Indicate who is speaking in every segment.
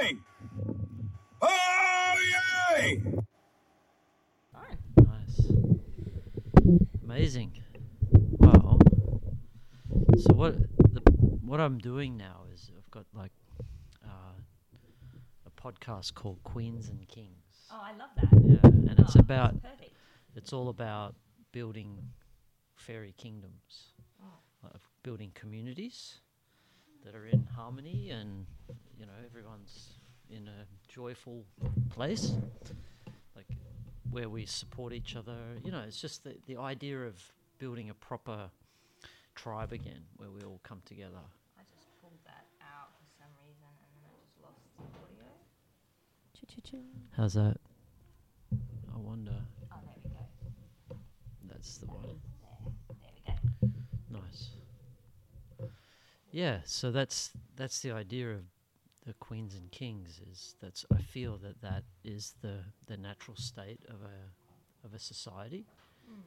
Speaker 1: Oh,
Speaker 2: So what the, what I'm doing now is I've got like uh, a podcast called Queens and Kings.
Speaker 1: Oh, I love that.
Speaker 2: Yeah, and it's
Speaker 1: Oh,
Speaker 2: about
Speaker 1: Perfect.
Speaker 2: it's all about building fairy kingdoms, like of building communities that are in harmony and you know everyone's in a joyful place, like where we support each other. You know, it's just the, the idea of building a proper tribe again, where we all come together.
Speaker 1: I just pulled that out for some reason and then I just lost the audio.
Speaker 2: How's that? I wonder.
Speaker 1: Oh, there we go.
Speaker 2: That's the one.
Speaker 1: There we go.
Speaker 2: Nice. Yeah, so that's that's the idea of the queens and kings is that's I feel that that is the the natural state of a of a society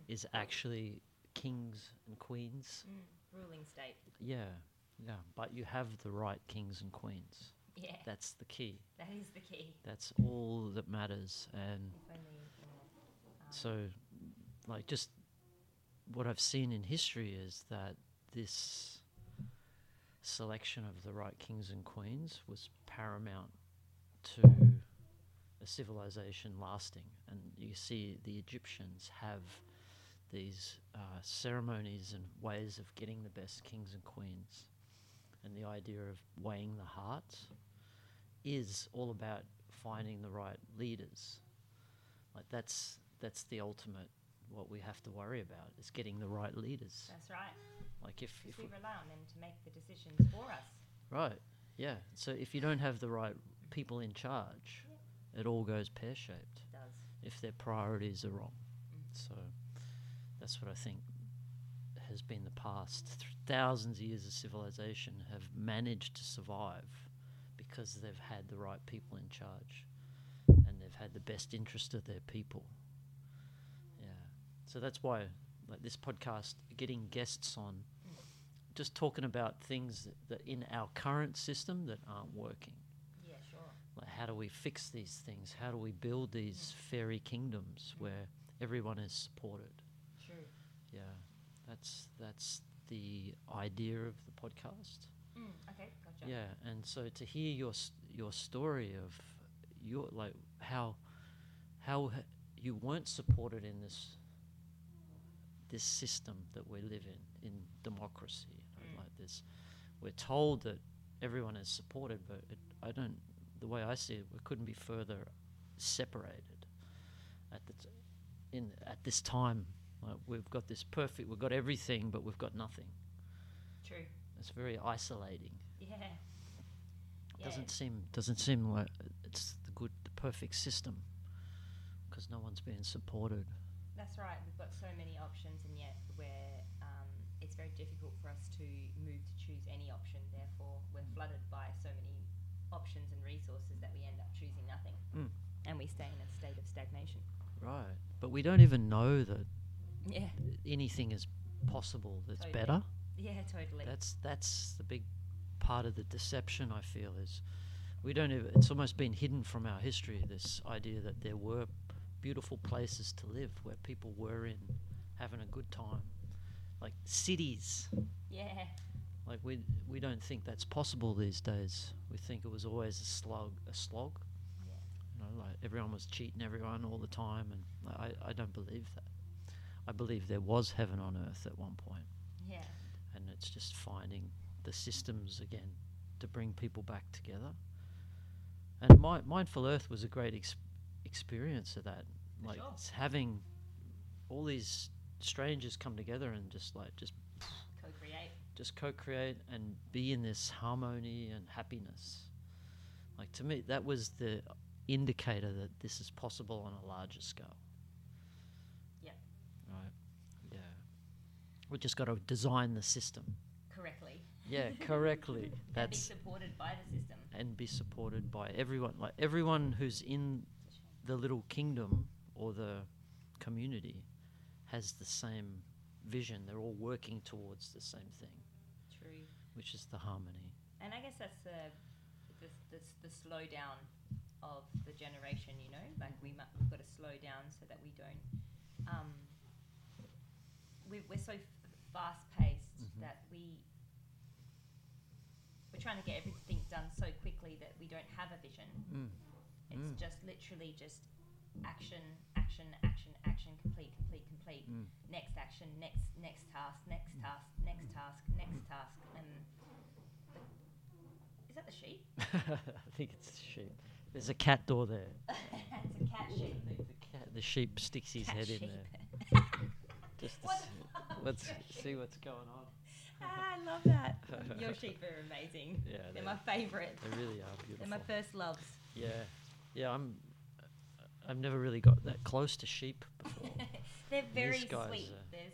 Speaker 2: is actually kings and queens.
Speaker 1: Mm, Ruling state.
Speaker 2: Yeah. Yeah, but you have the right kings and queens.
Speaker 1: Yeah,
Speaker 2: That's the key.
Speaker 1: that is the key.
Speaker 2: That's all that matters and
Speaker 1: If only you can, um,
Speaker 2: So, like, just what I've seen in history is that this selection of the right kings and queens was paramount to a civilization lasting. And you see, the Egyptians have these uh, ceremonies and ways of getting the best kings and queens. And the idea of weighing the heart is all about finding the right leaders like that's that's the ultimate what we have to worry about is getting the right leaders
Speaker 1: That's right.
Speaker 2: like if, if
Speaker 1: Because we
Speaker 2: we,
Speaker 1: rely on them to make the decisions for us.
Speaker 2: right yeah so if you don't have the right people in charge it all goes pear-shaped
Speaker 1: It does.
Speaker 2: if their priorities are wrong so that's what i think has been the past Th- thousands of years of civilization have managed to survive because they've had the right people in charge and they've had the best interest of their people yeah so that's why like this podcast getting guests on just talking about things that, that in our current system that aren't working
Speaker 1: Yeah, sure.
Speaker 2: like how do we fix these things how do we build these fairy kingdoms where everyone is supported
Speaker 1: True.
Speaker 2: yeah that's that's the idea of the podcast
Speaker 1: Mm, okay, gotcha.
Speaker 2: yeah and so to hear your s- your story of your like how how h- you weren't supported in this this system that we live in in democracy you know,
Speaker 1: Mm.
Speaker 2: like this we're told that everyone is supported but it, i don't the way i see it we couldn't be further separated at the t- in at this time like we've got this perfect we've got everything but we've got nothing
Speaker 1: True.
Speaker 2: it's very isolating
Speaker 1: Yeah. Yeah.
Speaker 2: doesn't seem doesn't seem like it's the good the perfect system because no one's being supported
Speaker 1: That's right. We've got so many options, and yet we're um, it's very difficult for us to move to choose any option. Therefore, we're flooded by so many options and resources that we end up choosing nothing,
Speaker 2: Mm.
Speaker 1: and we stay in a state of stagnation.
Speaker 2: right but we don't even know that
Speaker 1: Yeah,
Speaker 2: anything is possible that's
Speaker 1: Totally.
Speaker 2: better
Speaker 1: yeah, totally.
Speaker 2: that's that's the big part of the deception i feel is we don't even it's almost been hidden from our history this idea that there were beautiful places to live where people were in having a good time like cities
Speaker 1: yeah,
Speaker 2: Like we we don't think that's possible these days. We think it was always a slog, a slog.
Speaker 1: Yeah.
Speaker 2: You know, like everyone was cheating everyone all the time, and I I don't believe that. I believe there was heaven on earth at one point,
Speaker 1: yeah,
Speaker 2: and it's just finding the systems again to bring people back together. And my, mindful earth was a great ex- experience of that.
Speaker 1: For
Speaker 2: Like
Speaker 1: sure.
Speaker 2: it's having all these strangers come together and just like just
Speaker 1: co-create.
Speaker 2: just co-create and be in this harmony and happiness like to me that was the indicator that this is possible on a larger scale
Speaker 1: Yep.
Speaker 2: right yeah we just got to design the system
Speaker 1: Correctly.
Speaker 2: yeah correctly
Speaker 1: and be
Speaker 2: that's
Speaker 1: supported by the system.
Speaker 2: and be supported by everyone like everyone who's in the little kingdom or the community has the same vision they're all working towards the same thing
Speaker 1: True.
Speaker 2: which is the harmony
Speaker 1: And I guess that's the the, the, the slowdown of the generation. You know, like we mu- we've got to slow down so that we don't. Um, we, we're so f- fast paced
Speaker 2: Mhm.
Speaker 1: that we we're trying to get everything done so quickly that we don't have a vision.
Speaker 2: Mm.
Speaker 1: It's
Speaker 2: Mm.
Speaker 1: just literally just action, action, action, action, complete, complete, complete.
Speaker 2: Mm.
Speaker 1: Next action, next, next task, next task, next task, next task. Um, but- is that the sheep?
Speaker 2: I think it's sheep. There's a cat door there.
Speaker 1: it's a cat sheep.
Speaker 2: I think the, cat, the sheep sticks his
Speaker 1: Cat
Speaker 2: head
Speaker 1: sheep.
Speaker 2: in there. Just to
Speaker 1: What
Speaker 2: see,
Speaker 1: the fuck?
Speaker 2: let's see what's going on.
Speaker 1: Ah, I love that. Your sheep are amazing.
Speaker 2: Yeah,
Speaker 1: They're
Speaker 2: they-
Speaker 1: my favourite.
Speaker 2: They really are beautiful.
Speaker 1: They're my first loves.
Speaker 2: yeah, yeah. I'm. I've never really got that close to sheep before.
Speaker 1: They're
Speaker 2: These
Speaker 1: very
Speaker 2: guys
Speaker 1: sweet.
Speaker 2: are-
Speaker 1: There's,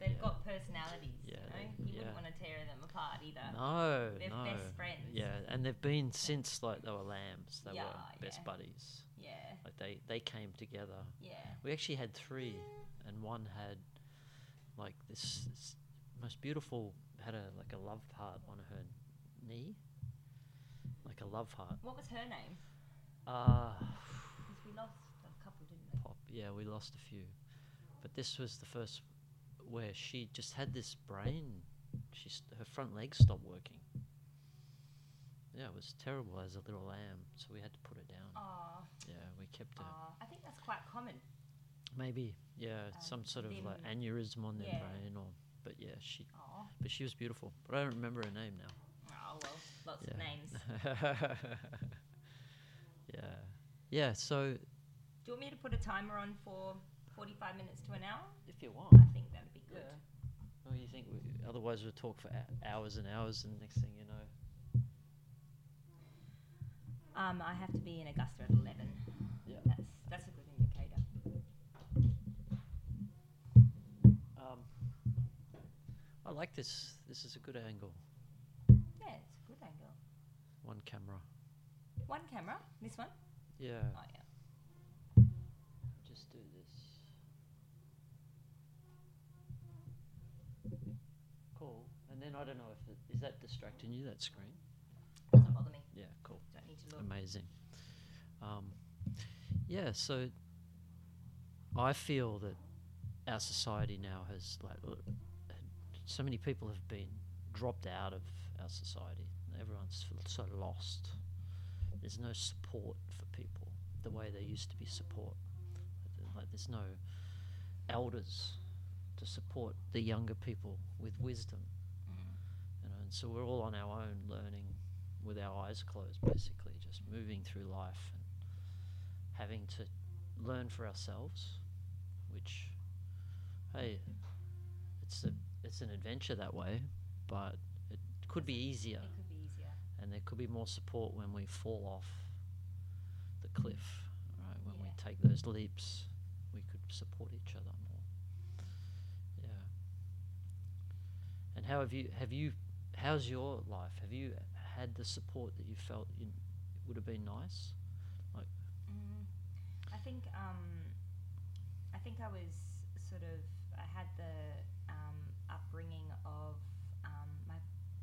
Speaker 1: they've
Speaker 2: yeah.
Speaker 1: got personalities. you
Speaker 2: Yeah,
Speaker 1: know?
Speaker 2: they-
Speaker 1: you
Speaker 2: yeah.
Speaker 1: wouldn't want to tear them apart either.
Speaker 2: no,
Speaker 1: They're
Speaker 2: no.
Speaker 1: best friends.
Speaker 2: Yeah, and they've been since like they were lambs. They were
Speaker 1: Yeah,
Speaker 2: best
Speaker 1: yeah.
Speaker 2: buddies.
Speaker 1: Yeah,
Speaker 2: Like they they came together.
Speaker 1: yeah.
Speaker 2: We actually had three, and one had like this, this most beautiful had a like a love heart on her knee, like a love heart.
Speaker 1: What was her name?
Speaker 2: Ah,
Speaker 1: Because we lost a couple, didn't we?
Speaker 2: pop. Yeah, we lost a few, but this was the first where she just had this brain. She s her front legs stopped working. Yeah, it was terrible as a little lamb, so we had to put her down.
Speaker 1: Ah,
Speaker 2: Yeah, we kept her.
Speaker 1: ah. I think that's quite common.
Speaker 2: Maybe, yeah,
Speaker 1: Uh,
Speaker 2: some sort of like
Speaker 1: limb.
Speaker 2: aneurysm on their
Speaker 1: Yeah.
Speaker 2: brain, or but yeah, she
Speaker 1: Oh,
Speaker 2: But she was beautiful. But I don't remember her name now.
Speaker 1: oh well, lots of
Speaker 2: Yeah.
Speaker 1: names. Do
Speaker 2: yeah. Yeah, so
Speaker 1: you want me to put a timer on for 45 minutes to an hour?
Speaker 2: if you want.
Speaker 1: I think that'd be good.
Speaker 2: Well, you think we, otherwise we'll talk for hou- hours and hours and next thing you know.
Speaker 1: Um, I have to be in Augusta at 11.
Speaker 2: Yeah.
Speaker 1: That's, that's a good indicator.
Speaker 2: Um I like this. This is a good angle.
Speaker 1: Yeah, it's a good angle.
Speaker 2: One camera.
Speaker 1: One camera, this one.
Speaker 2: Yeah.
Speaker 1: Oh, yeah.
Speaker 2: Just do this. Cool. And then I don't know if it, is that distracting you that screen?
Speaker 1: Doesn't bother me.
Speaker 2: Yeah, cool.
Speaker 1: Don't need to look.
Speaker 2: amazing. Um, yeah, so I feel that our society now has like l- so many people have been dropped out of our society. Everyone's f- so lost. There's no support for people the way there used to be support. Like there's no elders to support the younger people with wisdom. You know, and so we're all on our own learning with our eyes closed, basically, just moving through life and having to learn for ourselves, which, hey, it's a it's an adventure that way, but it could be easier,
Speaker 1: It could be easier.
Speaker 2: and there could be more support when we fall off the cliff, right? When we
Speaker 1: Yeah.
Speaker 2: take those leaps, we could support each other more. Yeah. And how have you have you how's your life? Have you had the support that you felt you would have been nice?
Speaker 1: Mm, I think um, I think I was sort of I had the um, upbringing of um, my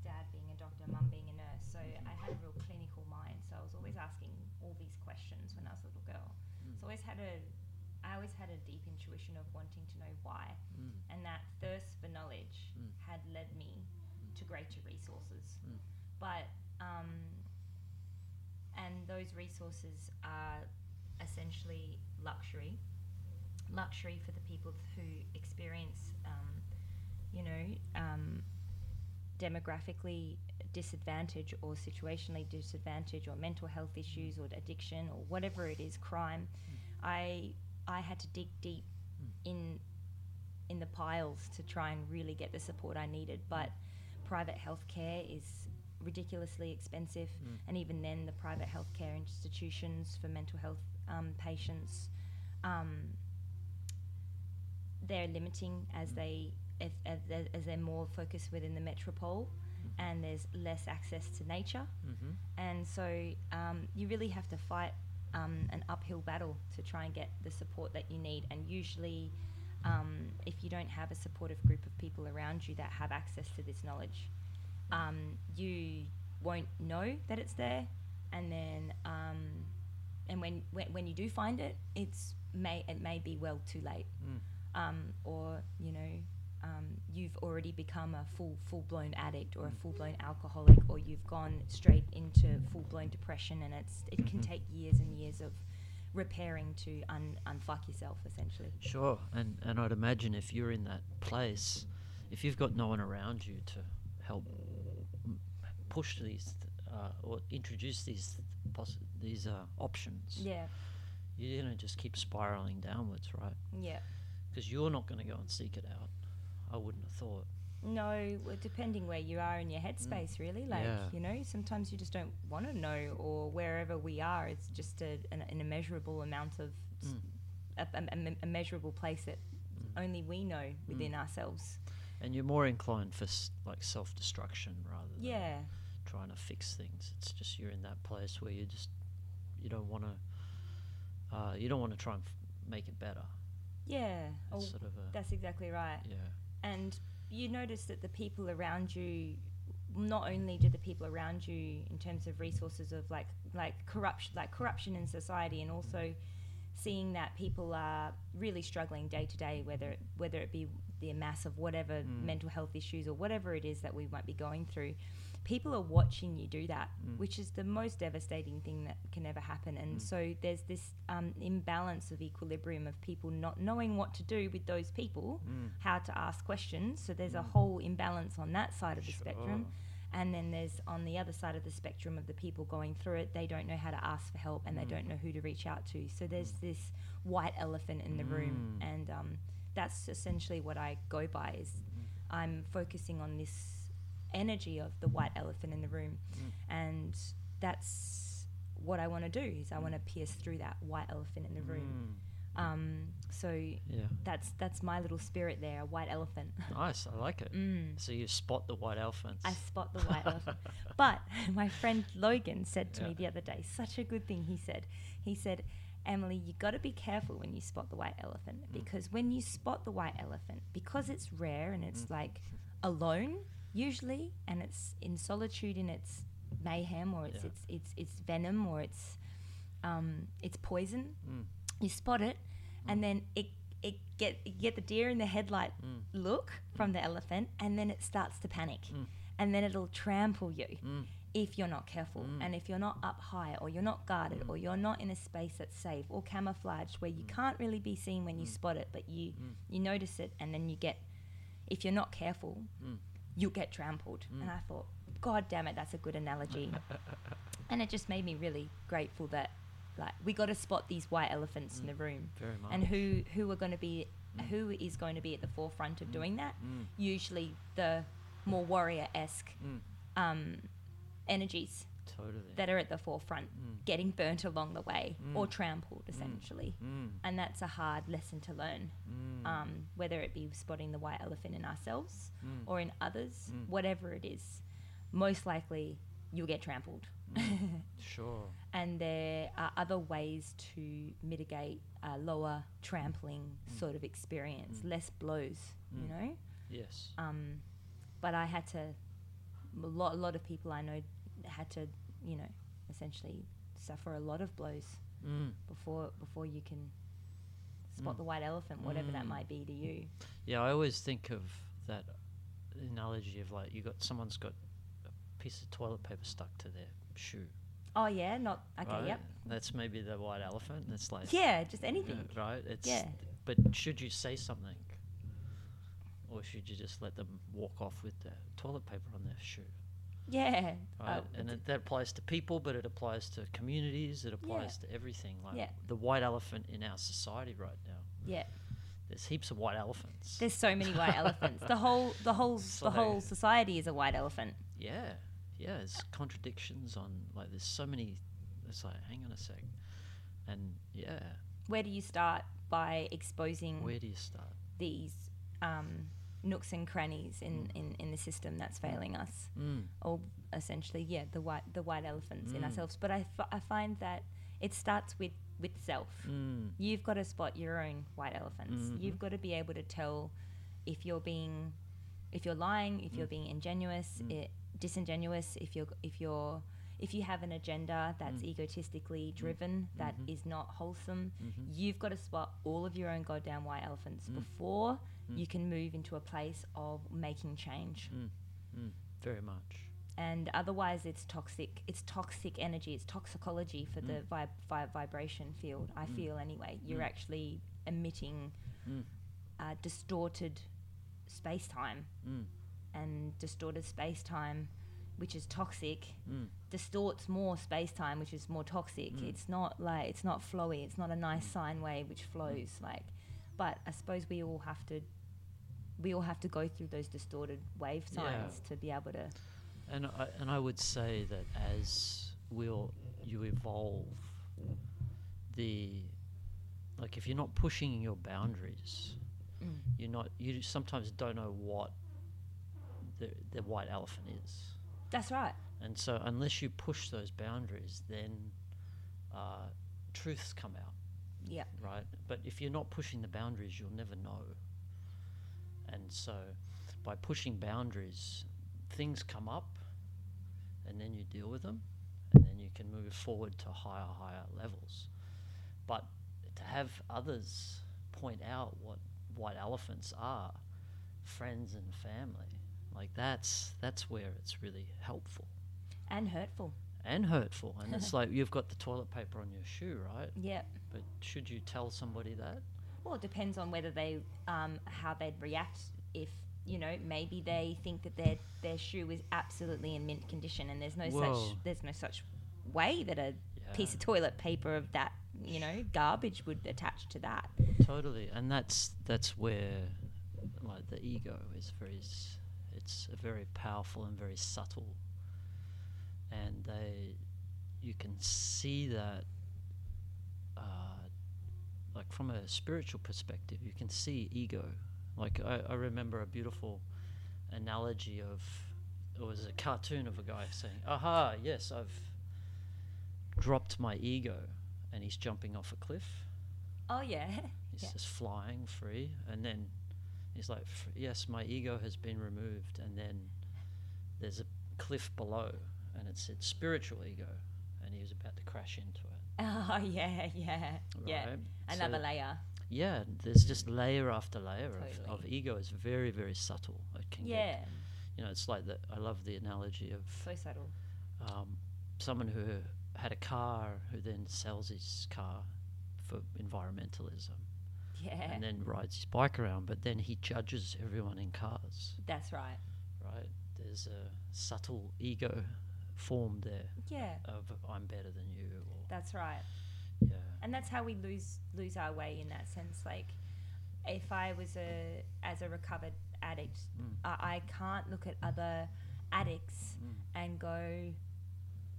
Speaker 1: dad being a doctor, mum being a nurse, so I had a real clinical mind. So I was always asking all these questions when I was a little girl.
Speaker 2: Mm.
Speaker 1: So I always had a I always had a deep intuition of wanting to know why,
Speaker 2: Mm.
Speaker 1: and that thirst for knowledge
Speaker 2: Mm.
Speaker 1: had led me to greater resources.
Speaker 2: Mm.
Speaker 1: But um, and those resources are essentially luxury, luxury for the people who experience, um, you know, um, demographically disadvantage or situationally disadvantage or mental health issues or addiction or whatever it is, crime. I I had to dig deep in in the piles to try and really get the support I needed. But private healthcare is ridiculously expensive,
Speaker 2: Mm.
Speaker 1: and even then, the private healthcare institutions for mental health um, patients, um, they're limiting as
Speaker 2: Mm.
Speaker 1: they if, as, they're- as they're more focused within the metropole,
Speaker 2: Mm.
Speaker 1: and there's less access to nature,
Speaker 2: Mhm.
Speaker 1: and so um, you really have to fight um, an uphill battle to try and get the support that you need. And usually, um, if you don't have a supportive group of people around you that have access to this knowledge, um, you won't know that it's there. And then, um, and when, when when you do find it, it's may it may be well too late,
Speaker 2: Mm.
Speaker 1: um, or you know, um, you've you've already become a full full blown addict or a full blown alcoholic or you've gone straight into full blown depression and it's it can
Speaker 2: Mhm.
Speaker 1: take years and years of repairing to un unfuck yourself essentially.
Speaker 2: Sure, and and I'd imagine if you're in that place, if you've got no one around you to help m- push these uh, or introduce these poss- these uh, options,
Speaker 1: Yeah.
Speaker 2: you're gonna just keep spiraling downwards, right?
Speaker 1: Yeah.
Speaker 2: Because you're not gonna go and seek it out. I wouldn't have thought.
Speaker 1: No, well, depending where you are in your headspace, really. Like,
Speaker 2: Yeah.
Speaker 1: you know, sometimes you just don't want to know, or wherever we are, it's just a, an, an immeasurable amount of, s- a, a, a- a measurable place that only we know within ourselves.
Speaker 2: And you're more inclined for s- like self destruction rather than
Speaker 1: Yeah,
Speaker 2: trying to fix things. It's just you're in that place where you just you don't want to uh, you don't want to try and f- make it better.
Speaker 1: yeah. Oh,
Speaker 2: It's sort of a
Speaker 1: that's exactly right.
Speaker 2: yeah.
Speaker 1: and you notice that the people around you not only do the people around you in terms of resources of like like corruption like corruption in society and also seeing that people are really struggling day to day whether it, whether it be the mass of whatever mental health issues or whatever it is that we might be going through people are watching you do that which is the most devastating thing that can ever happen and so there's this um, imbalance of equilibrium of people not knowing what to do with those people how to ask questions. So there's a whole imbalance on that side of the spectrum. And then there's on the other side of the spectrum of the people going through it, they don't know how to ask for help and they don't know who to reach out to. So there's this white elephant in the room. And um, that's essentially what I go by is I'm focusing on this energy of the white elephant in the room. And that's what I want to do is I want to pierce through that white elephant in the room. Um, so
Speaker 2: Yeah.
Speaker 1: that's that's my little spirit there, a white elephant.
Speaker 2: Nice. I like it. So you spot the white elephants.
Speaker 1: I spot the white elephant. But my friend Logan said to me
Speaker 2: Yeah.
Speaker 1: the other day, such a good thing he said. He said, Emily, you got to be careful when you spot the white elephant
Speaker 2: Mm.
Speaker 1: because when you spot the white elephant, because it's rare and
Speaker 2: Mm.
Speaker 1: it's like alone usually, and it's in solitude in its mayhem or it's
Speaker 2: Yeah.
Speaker 1: it's, it's it's venom or it's um, it's poison.
Speaker 2: Mm.
Speaker 1: You spot it, and then it it get you get the deer in the headlight
Speaker 2: Mm.
Speaker 1: look from the elephant, and then it starts to panic,
Speaker 2: Mm.
Speaker 1: and then it'll trample you if you're not careful and if you're not up high or you're not guarded or you're not in a space that's safe or camouflaged where you can't really be seen when you spot it, but you you notice it, and then you get if you're not careful, you'll get trampled. And I thought, God damn it, that's a good analogy. and it just made me really grateful that like we got to spot these white elephants in the room
Speaker 2: Very much.
Speaker 1: and who who are going to be who is going to be at the forefront of doing that usually the more warrior-esque um, energies
Speaker 2: totally.
Speaker 1: that are at the forefront getting burnt along the way or trampled essentially and that's a hard lesson to learn um, whether it be spotting the white elephant in ourselves or in others whatever it is most likely you'll get trampled
Speaker 2: sure.
Speaker 1: and there are other ways to mitigate a lower trampling
Speaker 2: Mm.
Speaker 1: sort of experience, less blows, you know.
Speaker 2: Yes.
Speaker 1: Um, but I had to, a lot, a lot of people I know had to, you know, essentially suffer a lot of blows
Speaker 2: Mm.
Speaker 1: before before you can spot the white elephant, whatever
Speaker 2: Mm.
Speaker 1: that might be to you.
Speaker 2: Yeah, I always think of that analogy of like you got someone's got a piece of toilet paper stuck to their shoe.
Speaker 1: Oh yeah, not okay.
Speaker 2: right?
Speaker 1: Yep.
Speaker 2: That's maybe the white elephant. That's like
Speaker 1: Yeah, just
Speaker 2: uh,
Speaker 1: anything.
Speaker 2: right. It's
Speaker 1: Yeah.
Speaker 2: But should you say something, or should you just let them walk off with the toilet paper on their shoe?
Speaker 1: Yeah.
Speaker 2: Right?
Speaker 1: Oh,
Speaker 2: Uh, and it, that applies to people, but it applies to communities. It applies to everything. Like
Speaker 1: Yeah.
Speaker 2: the white elephant in our society right now.
Speaker 1: yeah.
Speaker 2: There's heaps of white elephants.
Speaker 1: There's so many white elephants. The whole the whole the whole
Speaker 2: So-
Speaker 1: society is a white elephant.
Speaker 2: yeah, yeah. There's contradictions on like. There's so many. It's like, hang on a sec. And yeah,
Speaker 1: where do you start by exposing
Speaker 2: where do you start?
Speaker 1: these um, nooks and crannies in, in, in the system that's failing us,
Speaker 2: Mm.
Speaker 1: or essentially, yeah, the white the white elephants in ourselves. But I, f- I find that it starts with with self.
Speaker 2: Mm.
Speaker 1: You've got to spot your own white elephants. You've got to be able to tell if you're being if you're lying, if you're being ingenuous, i disingenuous, if you're if you're if you have an agenda that's egotistically driven, that is not wholesome, you've got to spot all of your own goddamn white elephants before
Speaker 2: Mm.
Speaker 1: you can move into a place of making change.
Speaker 2: Mm, mm, very much.
Speaker 1: And otherwise, it's toxic. It's toxic energy. It's toxicology for the
Speaker 2: Mm.
Speaker 1: vib- vi- vibration field. I
Speaker 2: Mm.
Speaker 1: feel anyway. You're
Speaker 2: Mm.
Speaker 1: actually emitting
Speaker 2: Mm,
Speaker 1: uh, distorted space time,
Speaker 2: mm,
Speaker 1: and distorted space time, which is toxic,
Speaker 2: mm,
Speaker 1: distorts more space time, which is more toxic.
Speaker 2: Mm.
Speaker 1: It's not like it's not flowy. It's not a nice sine wave which flows like. But I suppose we all have to, we all have to go through those distorted wave
Speaker 2: Yeah.
Speaker 1: signs to be able to.
Speaker 2: and I, and I would say that as will you evolve, the like if you're not pushing your boundaries,
Speaker 1: Mm.
Speaker 2: you're not you sometimes don't know what the the white elephant is.
Speaker 1: That's right.
Speaker 2: And so, unless you push those boundaries, then uh, truths come out,
Speaker 1: Yeah.
Speaker 2: right? But if you're not pushing the boundaries, you'll never know. And so, by pushing boundaries, things come up, and then you deal with them, and then you can move forward to higher, higher levels. But to have others point out what white elephants are, friends and family, like that's that's where it's really helpful
Speaker 1: And hurtful.
Speaker 2: and hurtful. And it's like you've got the toilet paper on your shoe, right?
Speaker 1: Yeah.
Speaker 2: But should you tell somebody that?
Speaker 1: Well, it depends on whether they, um, how they'd react if you know maybe they think that their their shoe is absolutely in mint condition and there's no
Speaker 2: Whoa.
Speaker 1: such there's no such way that a
Speaker 2: Yeah,
Speaker 1: piece of toilet paper of that you know garbage would attach to that.
Speaker 2: totally. And that's that's where like the ego is very s- it's a very powerful and very subtle. And they you can see that uh, like from a spiritual perspective, you can see ego. Like I, I remember a beautiful analogy of it was a cartoon of a guy saying, "Aha, yes, I've dropped my ego," and he's jumping off a cliff.
Speaker 1: Oh yeah,
Speaker 2: He's
Speaker 1: Yeah.
Speaker 2: just flying free, and then he's like, "F- "Yes, my ego has been removed." And then there's a cliff below, and it said spiritual ego, and he was about to crash into it.
Speaker 1: oh yeah, yeah, yeah.
Speaker 2: right?
Speaker 1: Another
Speaker 2: So-
Speaker 1: layer.
Speaker 2: yeah, there's just layer after layer of, of
Speaker 1: Totally.
Speaker 2: ego. It's very, very subtle. It can get-
Speaker 1: Yeah,
Speaker 2: you know, it's like the I love the analogy of
Speaker 1: so subtle.
Speaker 2: um, someone who had a car who then sells his car for environmentalism
Speaker 1: Yeah,
Speaker 2: and then rides his bike around, but then he judges everyone in cars,
Speaker 1: that's right.
Speaker 2: right? There's a subtle ego form there
Speaker 1: Yeah,
Speaker 2: of I'm better than you, or
Speaker 1: that's right.
Speaker 2: yeah,
Speaker 1: and that's how we lose lose our way in that sense like if i was a as a recovered addict
Speaker 2: Mm.
Speaker 1: I, I can't look at other addicts
Speaker 2: Mm.
Speaker 1: and go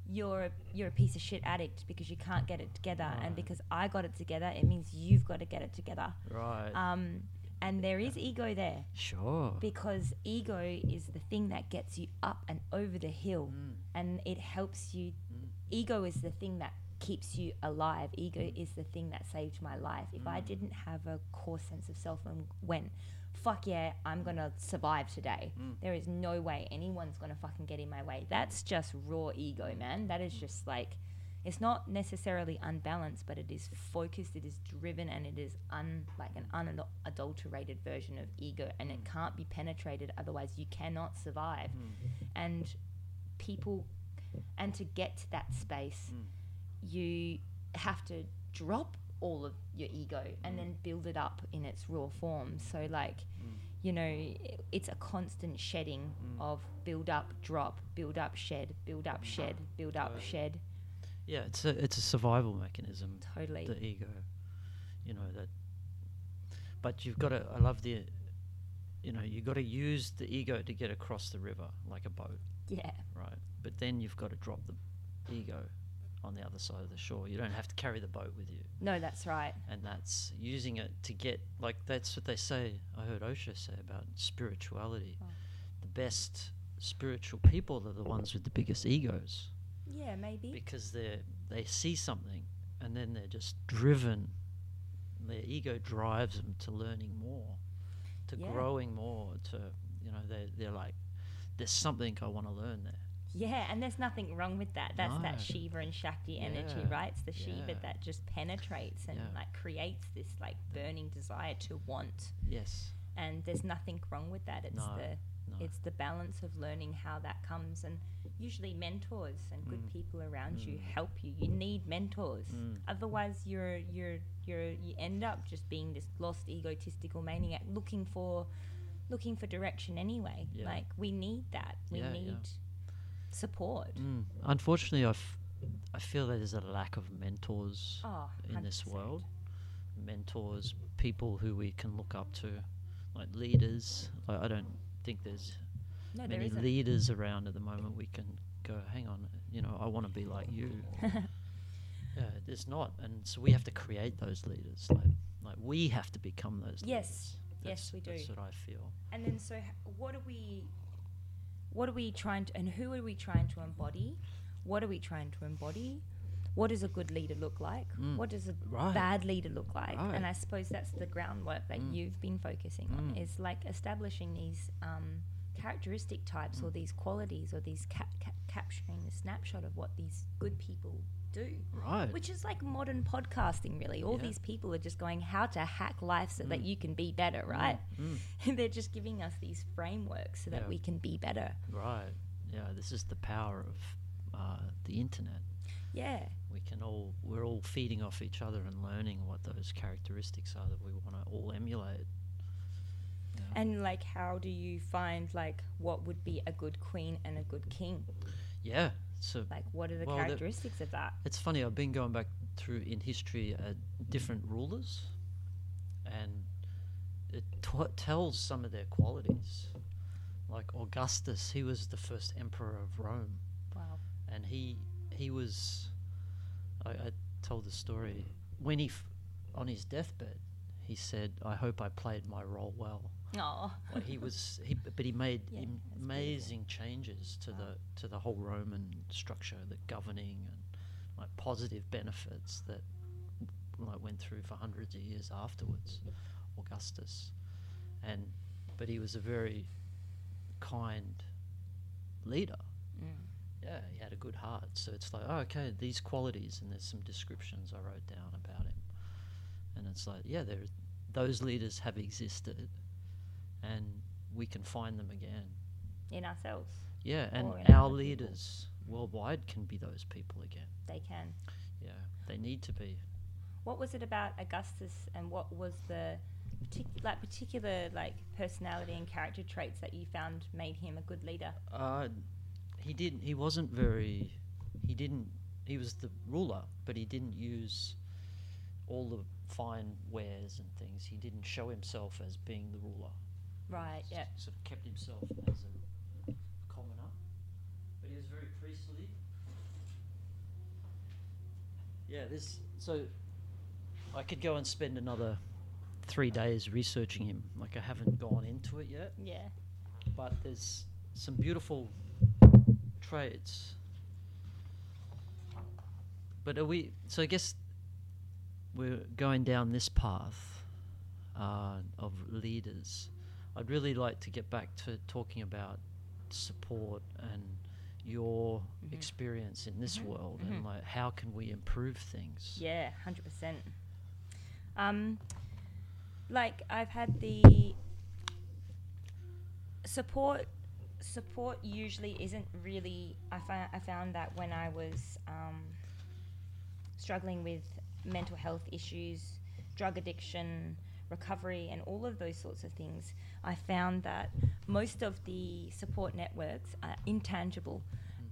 Speaker 1: you're a, you're a piece of shit addict because you can't get it together
Speaker 2: Right.
Speaker 1: and because i got it together it means you've got to get it together
Speaker 2: right,
Speaker 1: um and there is ego there
Speaker 2: sure,
Speaker 1: because ego is the thing that gets you up and over the hill
Speaker 2: Mm,
Speaker 1: and it helps you.
Speaker 2: Mm.
Speaker 1: Ego is the thing that keeps you alive. Ego
Speaker 2: Mm.
Speaker 1: is the thing that saved my life. If I didn't have a core sense of self and went, fuck yeah, I'm gonna survive today,
Speaker 2: Mm.
Speaker 1: there is no way anyone's gonna fucking get in my way. That's just raw
Speaker 2: Mm.
Speaker 1: ego, man. That is just like, it's not necessarily unbalanced, but it is focused, it is driven, and it is un, like an unadulterated version of ego, and
Speaker 2: Mm.
Speaker 1: it can't be penetrated. Otherwise, you cannot survive. And people and to get to that space
Speaker 2: Mm.
Speaker 1: you have to drop all of your ego
Speaker 2: Mm.
Speaker 1: and then build it up in its raw form so like you know i- it's a constant shedding
Speaker 2: Mm.
Speaker 1: of build up drop build up shed build up shed build up
Speaker 2: Totally.
Speaker 1: shed
Speaker 2: yeah. It's a it's a survival mechanism.
Speaker 1: totally
Speaker 2: the ego you know that but you've got to i love the you know you've got to use the ego to get across the river like a boat
Speaker 1: yeah
Speaker 2: right but then you've got to drop the ego on the other side of the shore you don't have to carry the boat with you
Speaker 1: no that's right
Speaker 2: and that's using it to get like that's what they say i heard osho say about spirituality
Speaker 1: Oh.
Speaker 2: the best spiritual people are the ones with the biggest egos
Speaker 1: yeah maybe
Speaker 2: because they they see something and then they're just driven their ego drives them to learning more to
Speaker 1: Yeah.
Speaker 2: growing more to you know they they're like there's something I want to learn there
Speaker 1: yeah and there's nothing wrong with that that's
Speaker 2: No.
Speaker 1: that shiva and shakti energy
Speaker 2: Yeah,
Speaker 1: right it's the shiva
Speaker 2: yeah.
Speaker 1: that just penetrates and
Speaker 2: Yeah.
Speaker 1: like creates this like burning desire to want
Speaker 2: yes
Speaker 1: and there's nothing wrong with that. It's
Speaker 2: No,
Speaker 1: the
Speaker 2: No.
Speaker 1: it's the balance of learning how that comes, and usually mentors and good
Speaker 2: Mm.
Speaker 1: people around you
Speaker 2: Mm.
Speaker 1: help you. You need mentors,
Speaker 2: Mm.
Speaker 1: otherwise you're you're you're you end up just being this lost egotistical maniac looking for looking for direction anyway.
Speaker 2: Yeah.
Speaker 1: Like we need that. We
Speaker 2: Yeah, yeah.
Speaker 1: need support.
Speaker 2: Mm. Unfortunately, I, f- I feel that there's a lack of mentors
Speaker 1: Oh,
Speaker 2: in this
Speaker 1: 100%.
Speaker 2: world. Mentors, people who we can look up to, like leaders. Like, I don't think there's
Speaker 1: No, Oh, there
Speaker 2: many
Speaker 1: isn't. Mm.
Speaker 2: leaders around at the moment we can go, hang on, you know, I want to be like you. yeah, there's not. And so we have to create those leaders. Like, like we have to become those
Speaker 1: Yes,
Speaker 2: leaders.
Speaker 1: yes, we do.
Speaker 2: That's what I feel.
Speaker 1: And then, so h- what are we? What are we trying to? And who are we trying to embody? What are we trying to embody? What does a good leader look like?
Speaker 2: Mm.
Speaker 1: What does a
Speaker 2: Right.
Speaker 1: bad leader look like?
Speaker 2: Right.
Speaker 1: And I suppose that's the groundwork that
Speaker 2: Mm.
Speaker 1: you've been focusing on
Speaker 2: Mm.
Speaker 1: is like establishing these um, characteristic types
Speaker 2: Mm.
Speaker 1: or these qualities or these cap- cap- capturing the snapshot of what these good people do.
Speaker 2: Right.
Speaker 1: Which is like modern podcasting, really. All
Speaker 2: Yeah.
Speaker 1: these people are just going how to hack life so that
Speaker 2: Mm.
Speaker 1: you can be better, right?
Speaker 2: Mm,
Speaker 1: They're just giving us these frameworks so that
Speaker 2: Yeah.
Speaker 1: we can be better.
Speaker 2: right. Yeah, this is the power of uh, the internet.
Speaker 1: Yeah,
Speaker 2: we can all we're all feeding off each other and learning what those characteristics are that we want to all emulate. Yeah.
Speaker 1: and like, how do you find like what would be a good queen and a good king?
Speaker 2: yeah. So
Speaker 1: Like, what are the
Speaker 2: Well, the-
Speaker 1: characteristics of that?
Speaker 2: it's funny. I've been going back through in history at different rulers, and it t- tells some of their qualities. Like Augustus, he was the first emperor of Rome.
Speaker 1: Wow.
Speaker 2: and he he was I, I told the story when he f- on his deathbed he said I hope I played my role well
Speaker 1: Oh,
Speaker 2: like he was he but he made
Speaker 1: Yeah,
Speaker 2: im-
Speaker 1: that's beautiful.
Speaker 2: amazing changes to
Speaker 1: Wow.
Speaker 2: the to the whole Roman structure the governing and like positive benefits that like went through for hundreds of years afterwards Augustus and but he was a very kind leader
Speaker 1: Mm.
Speaker 2: yeah, he had a good heart. So it's like, oh, okay, these qualities, and there's some descriptions I wrote down about him, and it's like, yeah, there, those leaders have existed, and we can find them again.
Speaker 1: in ourselves,
Speaker 2: Yeah, and
Speaker 1: Or in
Speaker 2: our
Speaker 1: other people.
Speaker 2: leaders worldwide can be those people again.
Speaker 1: they can.
Speaker 2: Yeah, they need to be.
Speaker 1: What was it about Augustus, and what was the partic- like particular like personality and character traits that you found made him a good leader?
Speaker 2: Uh, he didn't. He wasn't very. He didn't. He was the ruler, but he didn't use all the fine wares and things. He didn't show himself as being the ruler.
Speaker 1: Right.
Speaker 2: s-
Speaker 1: Yeah.
Speaker 2: Sort of kept himself as a commoner, but he was very priestly. Yeah, this. So I could go and spend another three days researching him. Like I haven't gone into it yet,
Speaker 1: Yeah.
Speaker 2: but there's some beautiful traits. But are we? So I guess we're going down this path uh, of leaders. I'd really like to get back to talking about support and your
Speaker 1: Mhm.
Speaker 2: experience in this
Speaker 1: Mhm,
Speaker 2: world
Speaker 1: mhm.
Speaker 2: and like how can we improve things?
Speaker 1: Yeah, hundred percent. Um, like I've had the support. Support usually isn't really. I found I found that when I was um, struggling with mental health issues, drug addiction, recovery, and all of those sorts of things, I found that most of the support networks are intangible,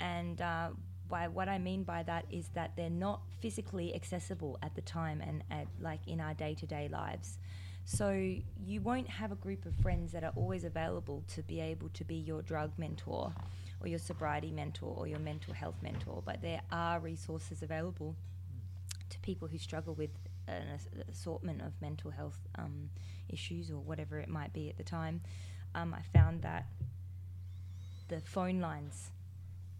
Speaker 1: and uh, by what I mean by that is that they're not physically accessible at the time and at, like in our day to day lives. So you won't have a group of friends that are always available to be able to be your drug mentor or your sobriety mentor or your mental health mentor, but there are resources available to people who struggle with an ass- assortment of mental health um, issues or whatever it might be at the time. Um, I found that the phone lines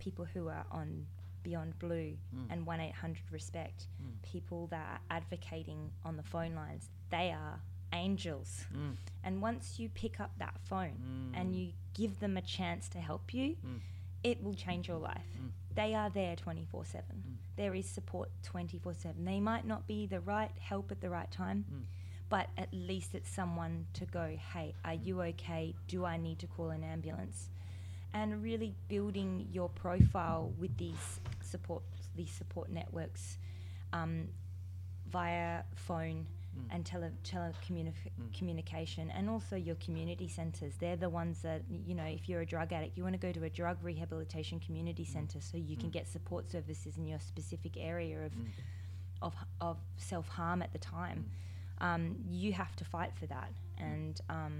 Speaker 1: people who are on Beyond Blue
Speaker 2: Mm.
Speaker 1: and 1 800 Respect,
Speaker 2: Mm.
Speaker 1: people that are advocating on the phone lines, they are angels.
Speaker 2: Mm.
Speaker 1: And once you pick up that phone
Speaker 2: Mm.
Speaker 1: and you give them a chance to help you,
Speaker 2: Mm.
Speaker 1: it will change your life.
Speaker 2: Mm.
Speaker 1: They are there 24 7.
Speaker 2: Mm.
Speaker 1: There is support 24 7. They might not be the right help at the right time,
Speaker 2: Mm.
Speaker 1: but at least it's someone to go, hey, are you okay? Do I need to call an ambulance? And really building your profile with these support these support networks um, via phone
Speaker 2: Mm.
Speaker 1: and tele telecommunication
Speaker 2: Mm.
Speaker 1: communication, and also your community centres. They're the ones that you know. If you're a drug addict, you want to go to a drug rehabilitation community centre so you can
Speaker 2: Mm.
Speaker 1: get support services in your specific area of
Speaker 2: Mm.
Speaker 1: of, of self harm at the time. Um, you have to fight for that,
Speaker 2: Mm.
Speaker 1: and um,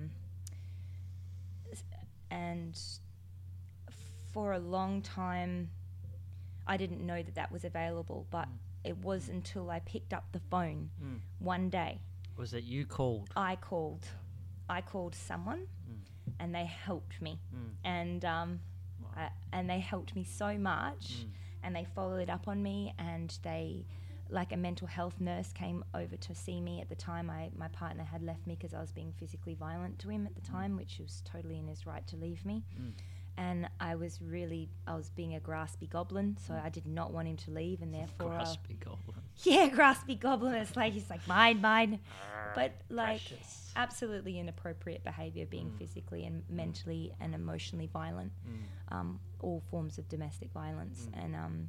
Speaker 1: s- and for a long time, I didn't know that that was available, but.
Speaker 2: Mm.
Speaker 1: It was until I picked up the phone
Speaker 2: Mm.
Speaker 1: one day
Speaker 2: Was that you called?
Speaker 1: I called. I called someone,
Speaker 2: Mm.
Speaker 1: and they helped me,
Speaker 2: Mm.
Speaker 1: and um,
Speaker 2: Wow.
Speaker 1: I, and they helped me so much,
Speaker 2: Mm.
Speaker 1: and they followed up on me, and they, like a mental health nurse, came over to see me at the time. I my partner had left me because I was being physically violent to him at the time, which was totally in his right to leave me,
Speaker 2: Mm.
Speaker 1: and I was really I was being a graspy goblin, so
Speaker 2: Mm.
Speaker 1: I did not want him to leave, and therefore I-
Speaker 2: Graspy goblin.
Speaker 1: yeah, graspy goblin. It's like he's like mine, mine, but like uh,
Speaker 2: precious.
Speaker 1: absolutely inappropriate behaviour, being
Speaker 2: Mm.
Speaker 1: physically and mentally and emotionally violent,
Speaker 2: Mm.
Speaker 1: um, all forms of domestic violence,
Speaker 2: Mm.
Speaker 1: and um,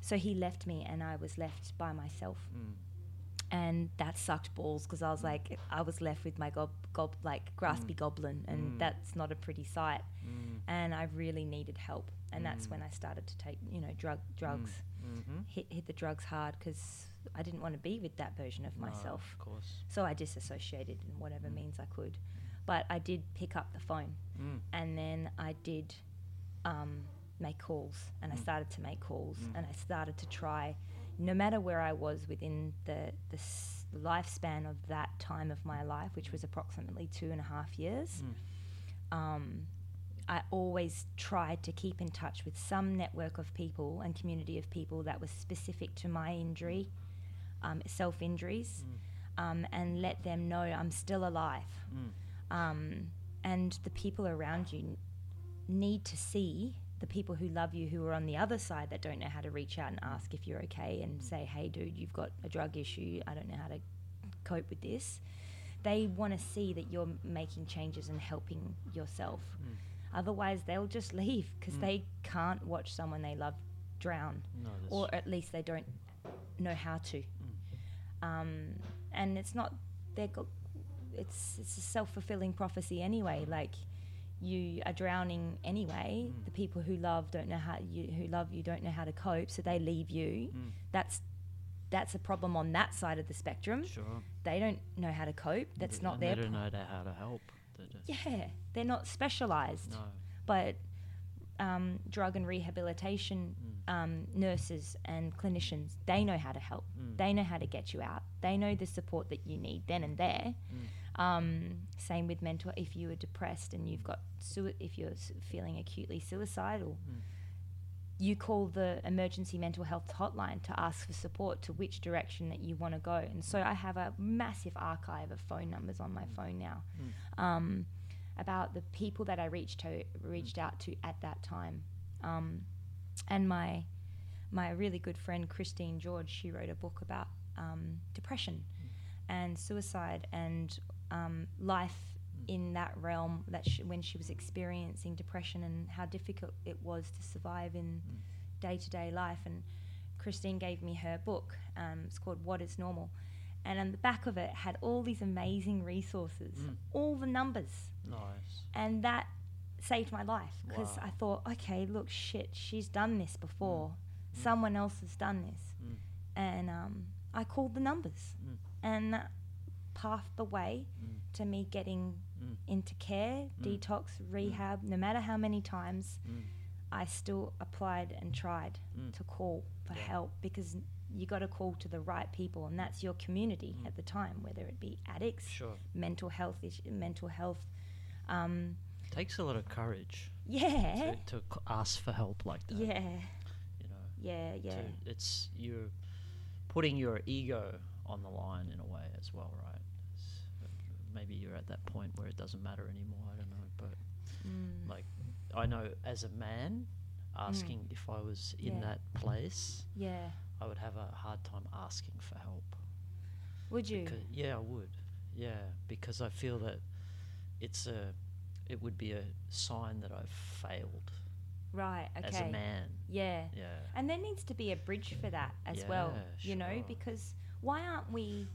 Speaker 1: so he left me, and I was left by myself,
Speaker 2: Mm.
Speaker 1: and that sucked balls because I was like, I was left with my gob, gob like graspy
Speaker 2: Mm.
Speaker 1: goblin, and
Speaker 2: Mm.
Speaker 1: that's not a pretty sight,
Speaker 2: Mm.
Speaker 1: and I really needed help, and that's
Speaker 2: Mm.
Speaker 1: when I started to take you know drug drugs
Speaker 2: Mm-hmm.
Speaker 1: hit, hit the drugs hard because I didn't want to be with that version of myself.
Speaker 2: of course.
Speaker 1: So I disassociated in whatever
Speaker 2: Mm.
Speaker 1: means I could. But I did pick up the phone
Speaker 2: Mm.
Speaker 1: and then I did um, make calls and I
Speaker 2: Mm.
Speaker 1: started to make calls
Speaker 2: Mm.
Speaker 1: and I started to try, no matter where I was within the, the s- lifespan of that time of my life, which was approximately two and a half years.
Speaker 2: Mm.
Speaker 1: Um, I always tried to keep in touch with some network of people and community of people that was specific to my injury, um, self injuries, um, and let them know I'm still alive.
Speaker 2: Mm.
Speaker 1: Um, and the people around you need to see the people who love you who are on the other side that don't know how to reach out and ask if you're okay
Speaker 2: Mm.
Speaker 1: and say, hey, dude, you've got a drug issue. I don't know how to cope with this. They want to see that you're making changes and helping yourself.
Speaker 2: Mm.
Speaker 1: Otherwise, they'll just leave because
Speaker 2: Mm.
Speaker 1: they can't watch someone they love drown,
Speaker 2: No, that's
Speaker 1: or at least they don't know how to.
Speaker 2: Mm.
Speaker 1: Um, and it's not they're go- it's it's a self fulfilling prophecy anyway. Like you are drowning anyway.
Speaker 2: Mm.
Speaker 1: The people who love don't know how you who love you don't know how to cope, so they leave you.
Speaker 2: Mm.
Speaker 1: That's that's a problem on that side of the spectrum.
Speaker 2: sure.
Speaker 1: They don't know how to cope. That's
Speaker 2: Th-
Speaker 1: not
Speaker 2: and
Speaker 1: their.
Speaker 2: They don't
Speaker 1: pro-
Speaker 2: know to- how to help. They don't.
Speaker 1: yeah, they're not specialized
Speaker 2: No.
Speaker 1: but um, drug and rehabilitation um, nurses and clinicians, they know how to help.
Speaker 2: Mm.
Speaker 1: They know how to get you out. They know the support that you need then and there. Um, same with mental. If you are depressed and you've got sui- if you're s- feeling acutely suicidal,
Speaker 2: Mm.
Speaker 1: you call the emergency mental health hotline to ask for support to which direction that you want to go. And so I have a massive archive of phone numbers on my phone now um, about the people that I reached to, reached out to at that time, um, and my my really good friend Christine George. She wrote a book about um, depression and suicide and um, life in that realm. That she, when she was experiencing depression and how difficult it was to survive in day to day life. And Christine gave me her book. Um, it's called What Is Normal. And on the back of it had all these amazing resources,
Speaker 2: Mm.
Speaker 1: all the numbers
Speaker 2: Nice.
Speaker 1: and that saved my life because
Speaker 2: Wow.
Speaker 1: I thought, okay, look, shit, she's done this before. Someone else has done this,
Speaker 2: Mm.
Speaker 1: and um, I called the numbers,
Speaker 2: Mm.
Speaker 1: and that pathed the way
Speaker 2: Mm.
Speaker 1: to me getting
Speaker 2: Mm.
Speaker 1: into care,
Speaker 2: Mm.
Speaker 1: detox, rehab. No matter how many times
Speaker 2: Mm.
Speaker 1: I still applied and tried
Speaker 2: Mm.
Speaker 1: to call for
Speaker 2: Yeah.
Speaker 1: help because you got to call to the right people, and that's your community
Speaker 2: Mm.
Speaker 1: at the time, whether it be addicts,
Speaker 2: Sure.
Speaker 1: mental health, is- mental health. Um,
Speaker 2: Takes a lot of courage
Speaker 1: yeah.
Speaker 2: to, to c- ask for help like that.
Speaker 1: Yeah,
Speaker 2: You know.
Speaker 1: yeah, yeah,
Speaker 2: to- it's you're putting your ego on the line in a way as well, right? It's- maybe you're at that point where it doesn't matter anymore. I don't know, but
Speaker 1: Mm.
Speaker 2: like I know as a man, asking if I was in
Speaker 1: Yeah.
Speaker 2: that place,
Speaker 1: yeah.
Speaker 2: I would have a hard time asking for help.
Speaker 1: Would you?
Speaker 2: Because, yeah, I would. yeah, because I feel that it's a, it would be a sign that I've failed
Speaker 1: Right. Okay.
Speaker 2: as a man.
Speaker 1: Yeah.
Speaker 2: Yeah.
Speaker 1: And there needs to be a bridge for that as well,
Speaker 2: Yeah,
Speaker 1: you know,
Speaker 2: sure.
Speaker 1: because why aren't we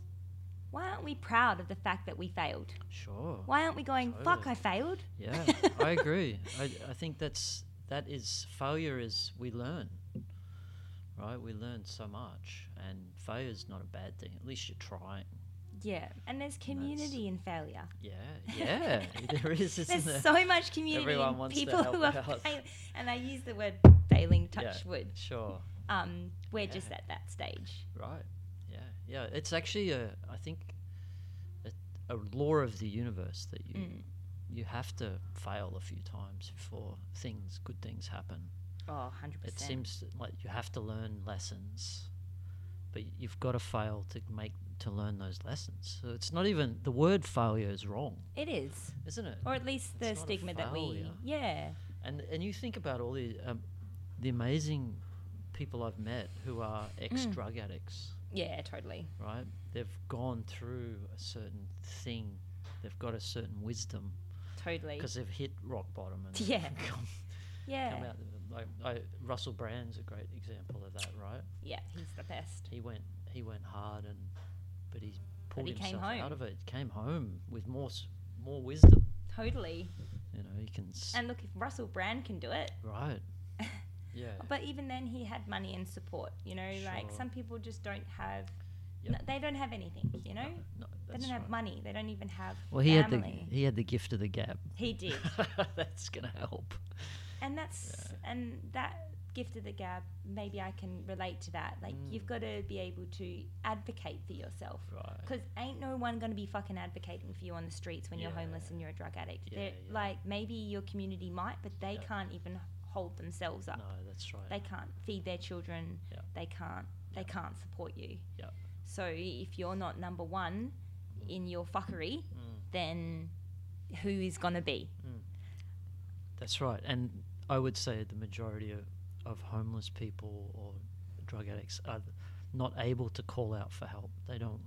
Speaker 1: why aren't we proud of the fact that we failed?
Speaker 2: Sure.
Speaker 1: Why aren't we going, fuck,
Speaker 2: Totally.
Speaker 1: I failed?
Speaker 2: Yeah, I agree. I, I think that's that is failure is we learn, right? We learn so much, and failure is not a bad thing. At least you're trying.
Speaker 1: Yeah. And there's community in failure.
Speaker 2: Yeah, yeah, there is, isn't
Speaker 1: There's
Speaker 2: there?
Speaker 1: so much community
Speaker 2: Everyone
Speaker 1: in
Speaker 2: wants to
Speaker 1: people who are
Speaker 2: help out.
Speaker 1: fail- and I use the word failing touch
Speaker 2: Yeah.
Speaker 1: wood.
Speaker 2: sure,
Speaker 1: Um, we're just
Speaker 2: Yeah.
Speaker 1: at that stage.
Speaker 2: right? Yeah, yeah. It's actually a, I think, a, a law of the universe that you
Speaker 1: Mm.
Speaker 2: you have to fail a few times before things, good things happen.
Speaker 1: Oh, 100%.
Speaker 2: It seems that, like you have to learn lessons, but y- you've got to fail to make to learn those lessons. So it's not even the word failure is wrong,
Speaker 1: it is.
Speaker 2: isn't it?
Speaker 1: Or at least the
Speaker 2: It's not a
Speaker 1: stigma that we.
Speaker 2: failure.
Speaker 1: Yeah.
Speaker 2: And and you think about all the um, the amazing people I've met who are
Speaker 1: Mm.
Speaker 2: ex drug addicts,
Speaker 1: Yeah, totally.
Speaker 2: right? They've gone through a certain thing, they've got a certain wisdom
Speaker 1: Totally.
Speaker 2: because they've hit rock bottom and they've
Speaker 1: Yeah.
Speaker 2: come, come
Speaker 1: Yeah.
Speaker 2: out. Like I, Russell Brand's a great example of that, right?
Speaker 1: Yeah, he's the best.
Speaker 2: he went he went hard and but he pulled
Speaker 1: he came
Speaker 2: himself
Speaker 1: home.
Speaker 2: out of it came home with more s- more wisdom
Speaker 1: Totally.
Speaker 2: you know he can s-
Speaker 1: And look, if Russell Brand can do it,
Speaker 2: right yeah
Speaker 1: but even then he had money and support. You know, like
Speaker 2: Sure.
Speaker 1: some people just don't have.
Speaker 2: Yep.
Speaker 1: no- they don't have anything. You know,
Speaker 2: no,
Speaker 1: they
Speaker 2: that's
Speaker 1: don't have
Speaker 2: right.
Speaker 1: money. They don't even have
Speaker 2: well he had the
Speaker 1: family.
Speaker 2: he had the gift of the gab
Speaker 1: He did,
Speaker 2: that's gonna help
Speaker 1: and that's and that gift of the gab. Maybe I can relate to that. Like
Speaker 2: Mm.
Speaker 1: you've got to be able to advocate for yourself.
Speaker 2: right
Speaker 1: Because ain't no one going to be fucking advocating for you on the streets when you're
Speaker 2: Yeah.
Speaker 1: homeless and you're a drug addict.
Speaker 2: Yeah,
Speaker 1: They're,
Speaker 2: yeah.
Speaker 1: Like, maybe your community might, but they
Speaker 2: Yeah.
Speaker 1: can't even hold themselves up.
Speaker 2: no that's right
Speaker 1: they can't feed their children
Speaker 2: Yeah.
Speaker 1: they can't they can't support you
Speaker 2: Yeah.
Speaker 1: so if you're not number one in your fuckery
Speaker 2: Mm.
Speaker 1: then who is gonna be
Speaker 2: that's right and i would say the majority of, of homeless people or drug addicts are not able to call out for help they don't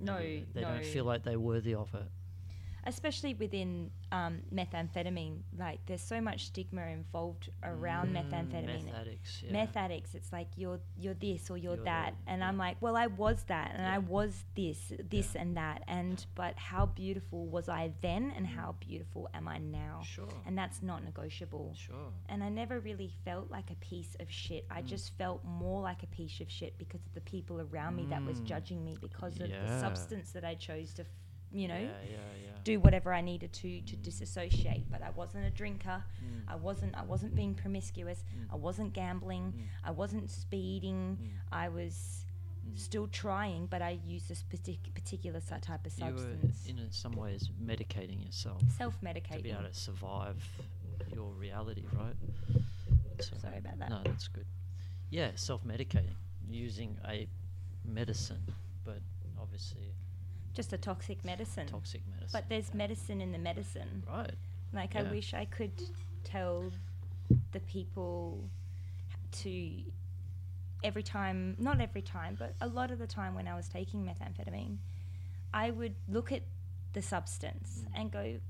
Speaker 1: no
Speaker 2: they, they
Speaker 1: no
Speaker 2: don't feel like they're worthy of it
Speaker 1: especially within um, methamphetamine like there's so much stigma involved around
Speaker 2: Mm,
Speaker 1: methamphetamine
Speaker 2: meth addicts yeah.
Speaker 1: Meth addicts, it's like you're you're this or you're,
Speaker 2: You're
Speaker 1: that,
Speaker 2: that,
Speaker 1: and
Speaker 2: yeah.
Speaker 1: I'm like, well, I was that, and I
Speaker 2: Yeah.
Speaker 1: was this, this and that, and but how beautiful was I then, and how beautiful am I now?
Speaker 2: Mm. Sure.
Speaker 1: and that's not negotiable.
Speaker 2: Sure.
Speaker 1: And I never really felt like a piece of shit.
Speaker 2: Mm.
Speaker 1: I just felt more like a piece of shit because of the people around me that was judging me because of the
Speaker 2: Mm. Yeah.
Speaker 1: substance that I chose to, f- you know,
Speaker 2: Yeah, yeah, yeah.
Speaker 1: do whatever I needed to to disassociate. But I wasn't a drinker.
Speaker 2: Mm.
Speaker 1: I wasn't. I wasn't being promiscuous. I wasn't gambling.
Speaker 2: Mm.
Speaker 1: I wasn't speeding. I was
Speaker 2: Mm.
Speaker 1: still trying, but I used this partic- particular su- type of
Speaker 2: You were,
Speaker 1: substance.
Speaker 2: in some ways, medicating yourself to be
Speaker 1: Self-medicating.
Speaker 2: able to survive your reality, right? So-
Speaker 1: Sorry about that.
Speaker 2: No, that's good. Yeah, self-medicating using a medicine, but obviously
Speaker 1: Just a toxic medicine.
Speaker 2: toxic medicine.
Speaker 1: But there's medicine in the medicine.
Speaker 2: right.
Speaker 1: Like I
Speaker 2: Yeah.
Speaker 1: wish I could tell the people to every time, not every time, but a lot of the time when I was taking methamphetamine, I would look at the
Speaker 2: Mm.
Speaker 1: substance and go,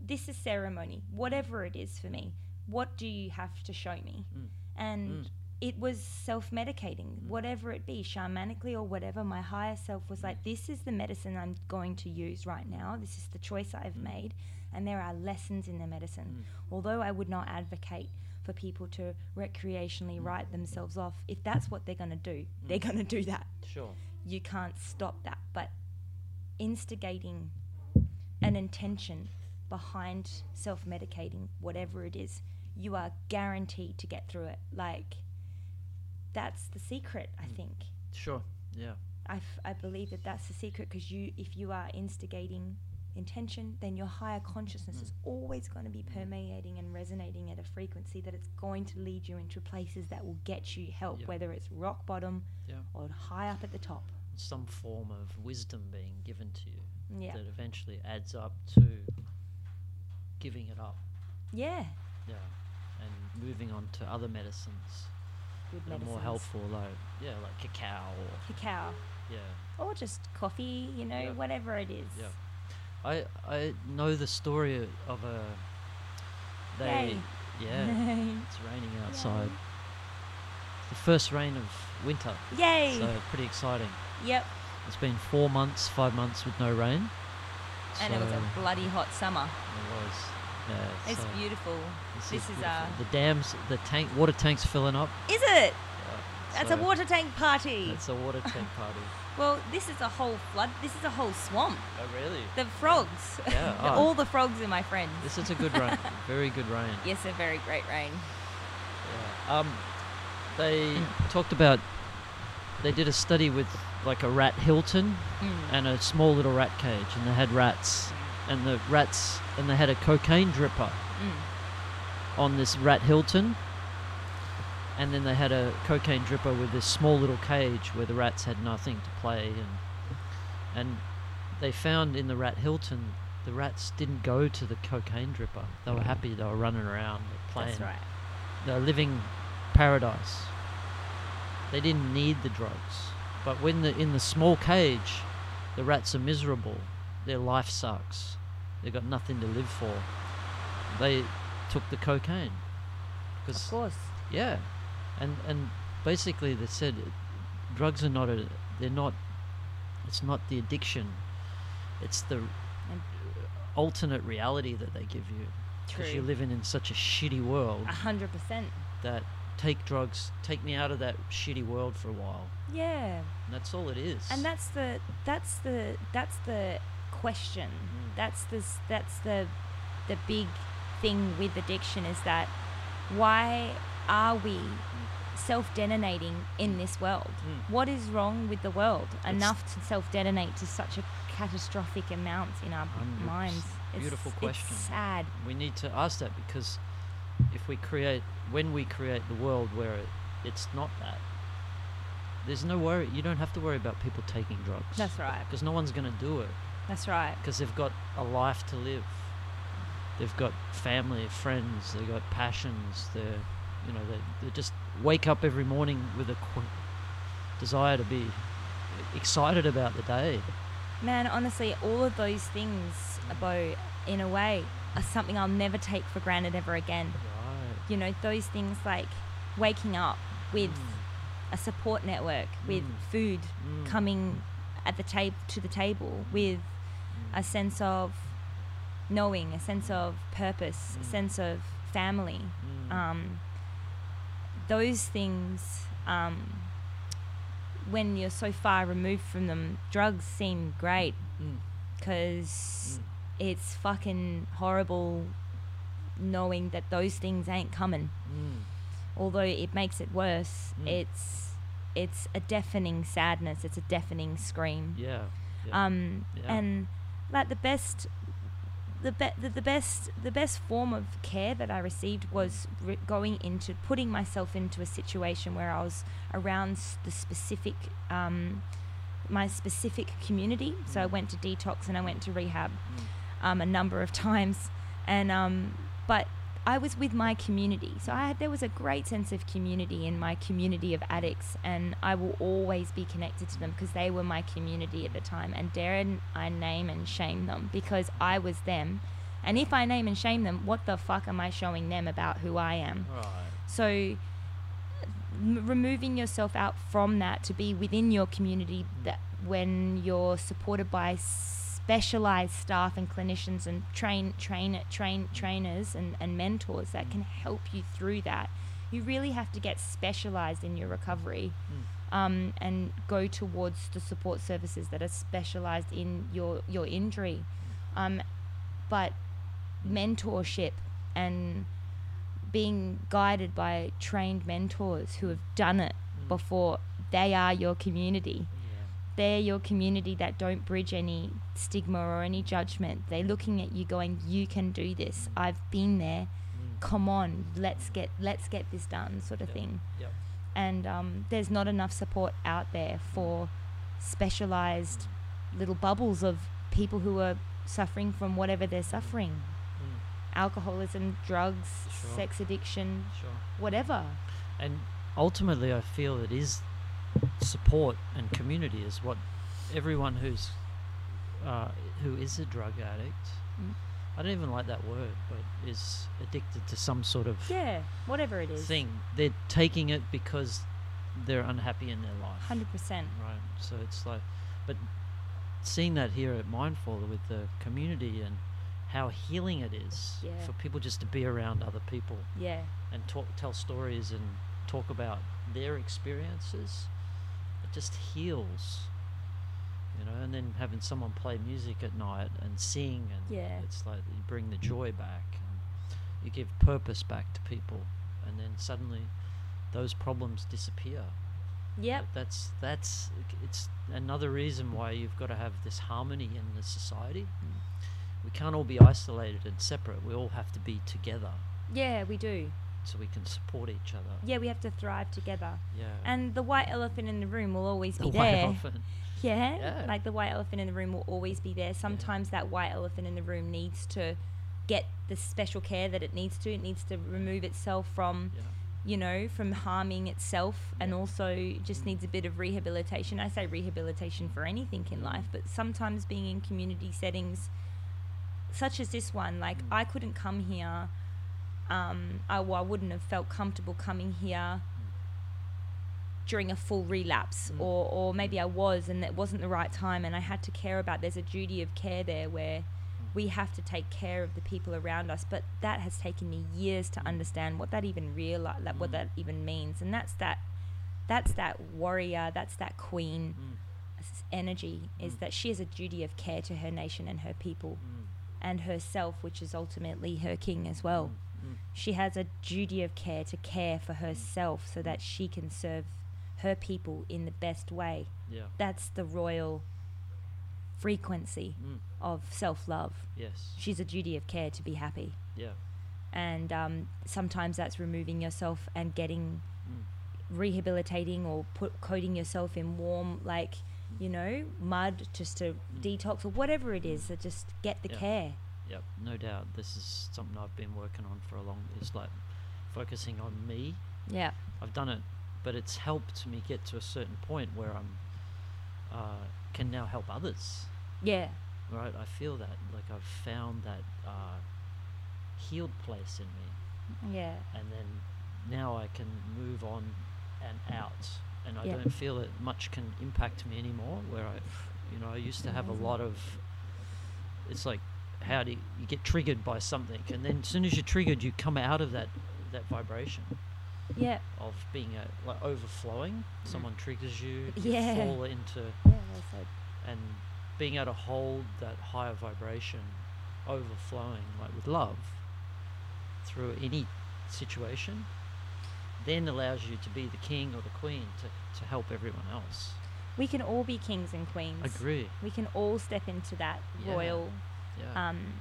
Speaker 1: "This is ceremony, whatever it is for me. What do you have to show me?"
Speaker 2: Mm.
Speaker 1: And it was self-medicating, whatever it be, shamanically or whatever. My higher self
Speaker 2: Mm.
Speaker 1: was like, "This is the medicine I'm going to use right now. This is the choice I've
Speaker 2: Mm.
Speaker 1: made." and there are lessons in the medicine. Although I would not advocate for people to recreationally write themselves off, if that's what they're going to do, they're going to do that.
Speaker 2: Sure.
Speaker 1: You can't stop that. But instigating an intention behind self medicating, whatever it is, you are guaranteed to get through it. Like, that's the secret, I think.
Speaker 2: Sure. Yeah.
Speaker 1: I, f- I believe that that's the secret because you if you are instigating intention then your higher consciousness
Speaker 2: Mm.
Speaker 1: is always going to be permeating and resonating at a frequency that it's going to lead you into places that will get you help
Speaker 2: Yeah.
Speaker 1: whether it's rock bottom
Speaker 2: Yeah.
Speaker 1: or high up at the top
Speaker 2: Some form of wisdom being given to you
Speaker 1: yeah
Speaker 2: that eventually adds up to giving it up.
Speaker 1: yeah
Speaker 2: Yeah. And moving on to other medicines.
Speaker 1: good
Speaker 2: that are
Speaker 1: medicines.
Speaker 2: more helpful, like yeah, like cacao or
Speaker 1: cacao
Speaker 2: yeah,
Speaker 1: or just coffee, you know,
Speaker 2: Yeah.
Speaker 1: whatever it is.
Speaker 2: yeah. I I know the story of a. They
Speaker 1: Yay.
Speaker 2: yeah, it's raining outside. The first rain of winter,
Speaker 1: Yay.
Speaker 2: so pretty exciting.
Speaker 1: Yep.
Speaker 2: It's been four months, five months with no rain.
Speaker 1: And it was a
Speaker 2: so-
Speaker 1: bloody hot summer.
Speaker 2: It was. Yeah,
Speaker 1: It's
Speaker 2: so
Speaker 1: beautiful.
Speaker 2: this
Speaker 1: This is
Speaker 2: beautiful.
Speaker 1: uh
Speaker 2: the dams, the tank, water tanks filling up.
Speaker 1: Is it?
Speaker 2: Yeah,
Speaker 1: That's a
Speaker 2: so
Speaker 1: water tank party.
Speaker 2: That's a water tank party.
Speaker 1: Well, this is a whole flood. This is a whole swamp.
Speaker 2: oh really?
Speaker 1: The frogs.
Speaker 2: Yeah, oh.
Speaker 1: All the frogs are my friends.
Speaker 2: This is a good rain, very good rain.
Speaker 1: Yes, a very great rain.
Speaker 2: Yeah. Um, they
Speaker 1: Mm.
Speaker 2: talked about they did a study with like a rat Hilton
Speaker 1: Mm.
Speaker 2: and a small little rat cage, and they had rats, and the rats, and they had a cocaine dripper
Speaker 1: Mm.
Speaker 2: on this rat Hilton, and then they had a cocaine dripper with this small little cage where the rats had nothing to play, and and they found in the rat Hilton. The rats didn't go to the cocaine dripper. They were happy. They were running around, they were playing
Speaker 1: Mm. That's right.
Speaker 2: the living paradise. They didn't need the drugs. But when the in the small cage, the rats are miserable. Their life sucks. They've got nothing to live for. They took the cocaine. 'Cause-
Speaker 1: Of course.
Speaker 2: yeah, and and basically they said drugs are not a they're not it's not the addiction, it's the alternate reality that they give you because you're
Speaker 1: True.
Speaker 2: living in such a shitty world
Speaker 1: A hundred percent.
Speaker 2: that take drugs, take me out of that shitty world for a while.
Speaker 1: Yeah.
Speaker 2: And that's all it is.
Speaker 1: And that's the that's the that's the question.
Speaker 2: Mm.
Speaker 1: That's this that's the the big thing with addiction is that why are we self-detonating in this world?
Speaker 2: Mm.
Speaker 1: What is wrong with the world?
Speaker 2: It's-
Speaker 1: Enough to self-detonate to such a catastrophic amount in our
Speaker 2: Hundred
Speaker 1: minds.
Speaker 2: percent.
Speaker 1: It's,
Speaker 2: Beautiful question.
Speaker 1: It's sad.
Speaker 2: we need to ask that because if we create, when we create the world where it, it's not that, there's no worry. You don't have to worry about people taking drugs.
Speaker 1: That's right.
Speaker 2: Because no one's going to do it
Speaker 1: That's right.
Speaker 2: because they've got a life to live. They've got family, friends, they've got passions. They're, you know, they, they just wake up every morning with a qu- desire to be excited about the day.
Speaker 1: Man, honestly, all of those things,
Speaker 2: Mm.
Speaker 1: Bo, in a way, are something I'll never take for granted ever again.
Speaker 2: Right.
Speaker 1: You know, those things like waking up with a support network, with
Speaker 2: Mm.
Speaker 1: food
Speaker 2: Mm.
Speaker 1: coming at the table to the table, with a sense of knowing, a sense of purpose, a
Speaker 2: Mm.
Speaker 1: sense of family.
Speaker 2: Mm.
Speaker 1: Um, those things, um, when you're so far removed from them, drugs seem great
Speaker 2: Mm.
Speaker 1: because
Speaker 2: Mm.
Speaker 1: it's fucking horrible knowing that those things ain't coming.
Speaker 2: Mm.
Speaker 1: Although it makes it worse,
Speaker 2: Mm.
Speaker 1: it's it's a deafening sadness. It's a deafening scream.
Speaker 2: Yeah. yeah.
Speaker 1: Um,
Speaker 2: Yeah.
Speaker 1: and like the best, the, be- the the best the best form of care that I received
Speaker 2: Mm.
Speaker 1: was re- going into putting myself into a situation where I was around s- the specific um, my specific community. So I
Speaker 2: Mm.
Speaker 1: went to detox and I went to rehab
Speaker 2: Mm.
Speaker 1: um, a number of times, and um, but I was with my community, so I had, there was a great sense of community in my community of addicts, and I will always be connected to them because they were my community at the time, and dare n- I name and shame them because I was them, and if I name and shame them, what the fuck am I showing them about who I am?
Speaker 2: Right.
Speaker 1: So m- removing yourself out from that to be within your community that when you're supported by specialized staff and clinicians and train train train trainers and, and mentors that can help you through that you really have to get specialized in your recovery um, and go towards the support services that are specialized in your your injury um, but mentorship and being guided by trained mentors who have done it
Speaker 2: Mm.
Speaker 1: before they are your community
Speaker 2: Yeah.
Speaker 1: they're your community that don't bridge any stigma or any judgment they're looking at you going you can do this i've been there
Speaker 2: Mm.
Speaker 1: come on let's get let's get this done sort of
Speaker 2: Yep.
Speaker 1: thing
Speaker 2: Yep.
Speaker 1: and um, there's not enough support out there
Speaker 2: Mm.
Speaker 1: for specialized little bubbles of people who are suffering from whatever they're suffering
Speaker 2: Mm.
Speaker 1: alcoholism drugs
Speaker 2: Sure.
Speaker 1: sex addiction
Speaker 2: Sure.
Speaker 1: whatever
Speaker 2: And ultimately, I feel it is support and community is what everyone who's uh, who is a drug addict.
Speaker 1: Mm.
Speaker 2: I don't even like that word, but is addicted to some sort of
Speaker 1: Yeah, whatever it is.
Speaker 2: thing. They're taking it because they're unhappy in their life.
Speaker 1: 100%.
Speaker 2: Right. So it's like, but seeing that here at Mindful with the community and how healing it is
Speaker 1: Yeah.
Speaker 2: for people just to be around other people
Speaker 1: Yeah.
Speaker 2: and talk, tell stories and talk about their experiences, it just heals. You know, and then having someone play music at night and sing, and
Speaker 1: Yeah.
Speaker 2: it's like you bring the joy back, and you give purpose back to people, and then suddenly those problems disappear.
Speaker 1: Yep.
Speaker 2: Like, That's that's it's another reason why you've got to have this harmony in the society. We can't all be isolated and separate. We all have to be together
Speaker 1: Yeah, we do.
Speaker 2: so we can support each other.
Speaker 1: Yeah, we have to thrive together.
Speaker 2: Yeah.
Speaker 1: And the white elephant in the room will always
Speaker 2: the
Speaker 1: be
Speaker 2: white
Speaker 1: there.
Speaker 2: elephant.
Speaker 1: Yeah?
Speaker 2: Yeah.
Speaker 1: Like the white elephant in the room will always be there. Sometimes that white elephant in the room needs to get the special care that it needs to. It needs to remove itself from
Speaker 2: Yeah.
Speaker 1: you know, from harming itself and
Speaker 2: Yeah.
Speaker 1: also just needs a bit of rehabilitation. I say rehabilitation for anything in life, but sometimes being in community settings such as this one, like
Speaker 2: Mm.
Speaker 1: I couldn't come here. Um, I, well, I wouldn't have felt comfortable coming here during a full relapse,
Speaker 2: Mm.
Speaker 1: or, or maybe I was and it wasn't the right time, and I had to care about. There's a duty of care there where we have to take care of the people around us but that has taken me years to
Speaker 2: Mm.
Speaker 1: understand what that even real like, what
Speaker 2: Mm.
Speaker 1: that even means and that's that that's that warrior that's that queen
Speaker 2: Mm,
Speaker 1: s- energy is
Speaker 2: Mm.
Speaker 1: that she has a duty of care to her nation and her people
Speaker 2: mm,
Speaker 1: and herself which is ultimately her king as well
Speaker 2: mm, mm.
Speaker 1: she has a duty of care to care for herself so
Speaker 2: Mm.
Speaker 1: that she can serve her people in the best way
Speaker 2: Yeah.
Speaker 1: that's the royal frequency
Speaker 2: Mm.
Speaker 1: of self-love
Speaker 2: Yes.
Speaker 1: she's a duty of care to be happy.
Speaker 2: Yeah.
Speaker 1: And um, sometimes that's removing yourself and getting
Speaker 2: Mm.
Speaker 1: rehabilitating or put coating yourself in warm, like
Speaker 2: Mm.
Speaker 1: you know, mud just to detox or whatever it is. So just get the
Speaker 2: Mm. Yeah.
Speaker 1: care.
Speaker 2: Yep. No doubt. This is something I've been working on for a long. It's like focusing on me.
Speaker 1: Yeah,
Speaker 2: I've done it, but it's helped me get to a certain point where I'm uh, can now help others.
Speaker 1: yeah,
Speaker 2: Right. I feel that like I've found that uh, healed place in me.
Speaker 1: yeah,
Speaker 2: and then now I can move on and out, and I
Speaker 1: Yeah.
Speaker 2: don't feel that much can impact me anymore. Where I, you know, I used to have a
Speaker 1: Amazing.
Speaker 2: lot of. It's like, how do you, you get triggered by something, and then as soon as you're triggered, you come out of that that vibration
Speaker 1: yeah,
Speaker 2: of being a, like overflowing.
Speaker 1: Mm.
Speaker 2: Someone triggers you, you
Speaker 1: Yeah.
Speaker 2: fall into
Speaker 1: yeah. well said.
Speaker 2: and being able to hold that higher vibration overflowing like with love through any situation then allows you to be the king or the queen to, to help everyone else
Speaker 1: We can all be kings and queens.
Speaker 2: agree
Speaker 1: We can all step into that
Speaker 2: Yeah.
Speaker 1: royal,
Speaker 2: yeah
Speaker 1: um,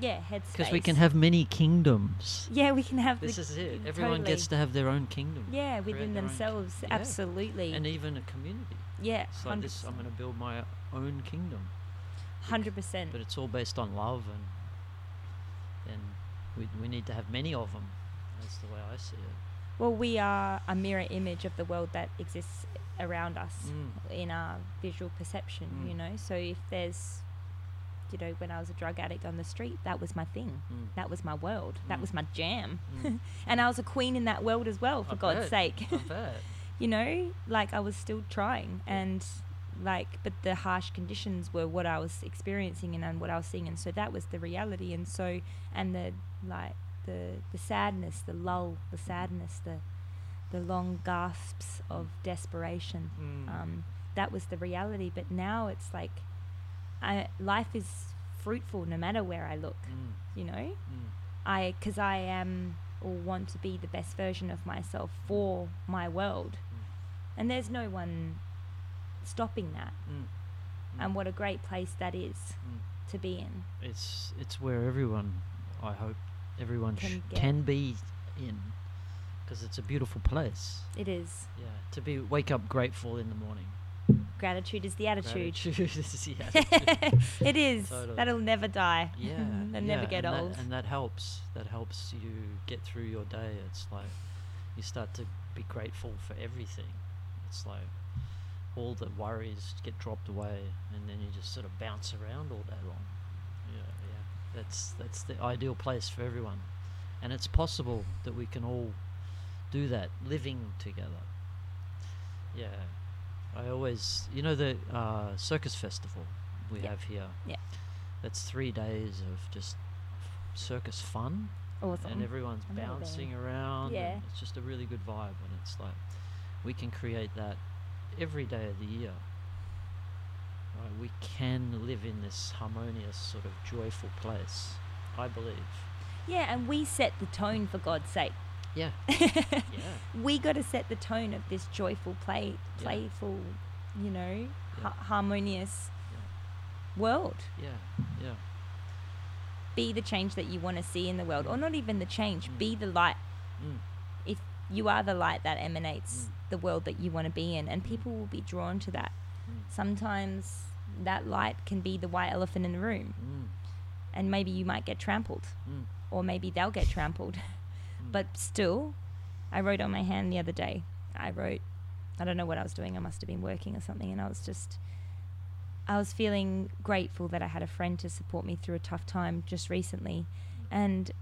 Speaker 1: yeah, headspace.
Speaker 2: because we can have many kingdoms
Speaker 1: Yeah, we can have
Speaker 2: this
Speaker 1: the,
Speaker 2: is it everyone
Speaker 1: totally.
Speaker 2: gets to have their own kingdom
Speaker 1: Yeah,
Speaker 2: create
Speaker 1: within
Speaker 2: their own-
Speaker 1: themselves,
Speaker 2: yeah.
Speaker 1: absolutely.
Speaker 2: and even a community
Speaker 1: yeah,
Speaker 2: it's like this i'm going to build my own kingdom
Speaker 1: hundred percent.
Speaker 2: but it's all based on love and and we, we need to have many of them that's the way i see it
Speaker 1: Well, we are a mirror image of the world that exists around us
Speaker 2: Mm.
Speaker 1: in our visual perception.
Speaker 2: Mm.
Speaker 1: You know, so if there's, you know, when I was a drug addict on the street, that was my thing.
Speaker 2: Mm.
Speaker 1: That was my world. That
Speaker 2: Mm.
Speaker 1: was my jam.
Speaker 2: Mm.
Speaker 1: and I was a queen in that world as well, for
Speaker 2: I
Speaker 1: God's
Speaker 2: bet.
Speaker 1: sake.
Speaker 2: I bet.
Speaker 1: you know, like I was still trying
Speaker 2: Yeah.
Speaker 1: and like but the harsh conditions were what I was experiencing and, and what I was seeing and so that was the reality and so and the like the the sadness, the lull, the
Speaker 2: Mm-hmm.
Speaker 1: sadness, the the long gasps of
Speaker 2: Mm.
Speaker 1: desperation. Um, that was the reality. But now it's like I, life is fruitful no matter where I look,
Speaker 2: Mm,
Speaker 1: you know?
Speaker 2: mm,
Speaker 1: I because I am or want to be the best version of myself for my world,
Speaker 2: Mm.
Speaker 1: and there's no one stopping that.
Speaker 2: mm.
Speaker 1: And what a great place that is
Speaker 2: Mm.
Speaker 1: to be in.
Speaker 2: It's it's where everyone, I hope, everyone
Speaker 1: Can
Speaker 2: can,
Speaker 1: get.
Speaker 2: can be in, because it's a beautiful place.
Speaker 1: It is
Speaker 2: Yeah, to be wake up grateful in the morning.
Speaker 1: gratitude is the attitude.
Speaker 2: Gratitude is the attitude.
Speaker 1: it is
Speaker 2: Totally.
Speaker 1: that'll never die.
Speaker 2: yeah,
Speaker 1: They'll
Speaker 2: yeah,
Speaker 1: Mm-hmm. never get
Speaker 2: and
Speaker 1: old.
Speaker 2: that, and that helps. That helps you get through your day. It's like you start to be grateful for everything. It's like all the worries get dropped away, and then you just sort of bounce around all day long. Yeah, yeah. That's that's the ideal place for everyone, and it's possible that we can all do that living together. Yeah, I always, you know, the uh, circus festival we
Speaker 1: Yeah.
Speaker 2: have here.
Speaker 1: Yeah.
Speaker 2: that's three days of just circus fun
Speaker 1: Awesome.
Speaker 2: and everyone's
Speaker 1: I've never been.
Speaker 2: bouncing around. and
Speaker 1: Yeah.
Speaker 2: it's just a really good vibe, and it's like we can create that every day of the year. Right, we can live in this harmonious, sort of joyful place. I believe.
Speaker 1: yeah, and we set the tone for God's sake.
Speaker 2: Yeah, yeah,
Speaker 1: we got to set the tone of this joyful play
Speaker 2: Yeah.
Speaker 1: playful you know
Speaker 2: Yeah.
Speaker 1: ha- harmonious world
Speaker 2: yeah, yeah.
Speaker 1: be the change that you want to see in the world or not even the change
Speaker 2: Mm.
Speaker 1: be the light
Speaker 2: Mm,
Speaker 1: if you are the light that emanates
Speaker 2: Mm.
Speaker 1: the world that you want to be in and people will be drawn to that
Speaker 2: mm,
Speaker 1: sometimes that light can be the white elephant in the room
Speaker 2: mm,
Speaker 1: and maybe you might get trampled
Speaker 2: mm,
Speaker 1: or maybe they'll get trampled
Speaker 2: mm.
Speaker 1: But still, I wrote on my hand the other day. I wrote, I don't know what I was doing. I must have been working or something. And I was just, I was feeling grateful that I had a friend to support me through a tough time just recently. And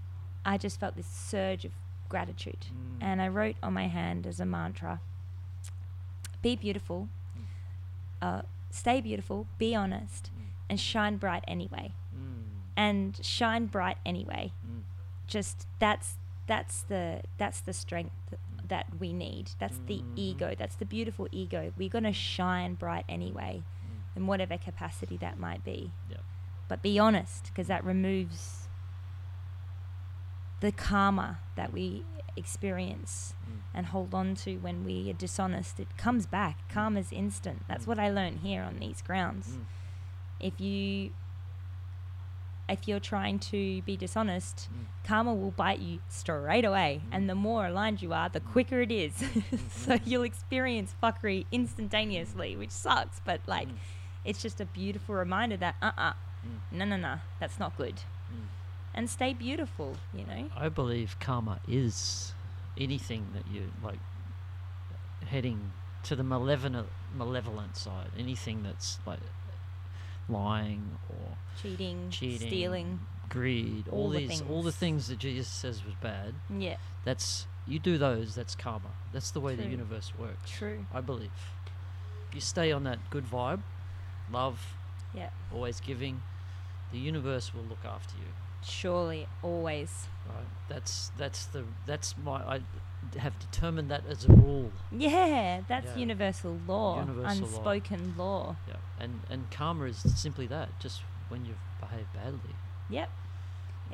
Speaker 1: I just felt this surge of gratitude.
Speaker 2: Mm.
Speaker 1: And I wrote on my hand as a mantra be beautiful,
Speaker 2: Mm.
Speaker 1: uh, stay beautiful, be honest,
Speaker 2: Mm.
Speaker 1: and shine bright anyway.
Speaker 2: Mm,
Speaker 1: And shine bright anyway
Speaker 2: mm,
Speaker 1: just that's that's the that's the strength that we need that's the
Speaker 2: Mhm.
Speaker 1: ego that's the beautiful ego we're going to shine bright anyway
Speaker 2: mm.
Speaker 1: in whatever capacity that might be
Speaker 2: Yep.
Speaker 1: but be honest because that removes the karma that we experience
Speaker 2: Mm.
Speaker 1: and hold on to when we are dishonest it comes back karma's instant that's
Speaker 2: Mm.
Speaker 1: what i learned here on these grounds
Speaker 2: Mm.
Speaker 1: if you if you're trying to be dishonest
Speaker 2: Mm.
Speaker 1: karma will bite you straight away
Speaker 2: Mm.
Speaker 1: and the more aligned you are the quicker it is so
Speaker 2: Mhm.
Speaker 1: you'll experience fuckery instantaneously which sucks but like
Speaker 2: Mm.
Speaker 1: it's just a beautiful reminder that uh-uh
Speaker 2: Mm.
Speaker 1: no no no that's not good
Speaker 2: Mm.
Speaker 1: and stay beautiful you know
Speaker 2: I believe karma is anything that you like heading to the malevolent malevolent side. Anything that's like lying or
Speaker 1: cheating,
Speaker 2: cheating,
Speaker 1: stealing
Speaker 2: greed, all,
Speaker 1: all the
Speaker 2: these all the
Speaker 1: things.
Speaker 2: things that Jesus says was bad.
Speaker 1: yeah
Speaker 2: That's you do those. That's karma. That's the way the
Speaker 1: True.
Speaker 2: universe works.
Speaker 1: True.
Speaker 2: I believe. You stay on that good vibe, love,
Speaker 1: yeah
Speaker 2: always giving. The universe will look after you.
Speaker 1: surely always
Speaker 2: Right. That's that's the that's my I d- have determined that as a rule.
Speaker 1: yeah that's
Speaker 2: Yeah.
Speaker 1: universal law
Speaker 2: Universal law.
Speaker 1: unspoken law
Speaker 2: Yeah. And and karma is simply that. Just when you behave badly.
Speaker 1: Yep.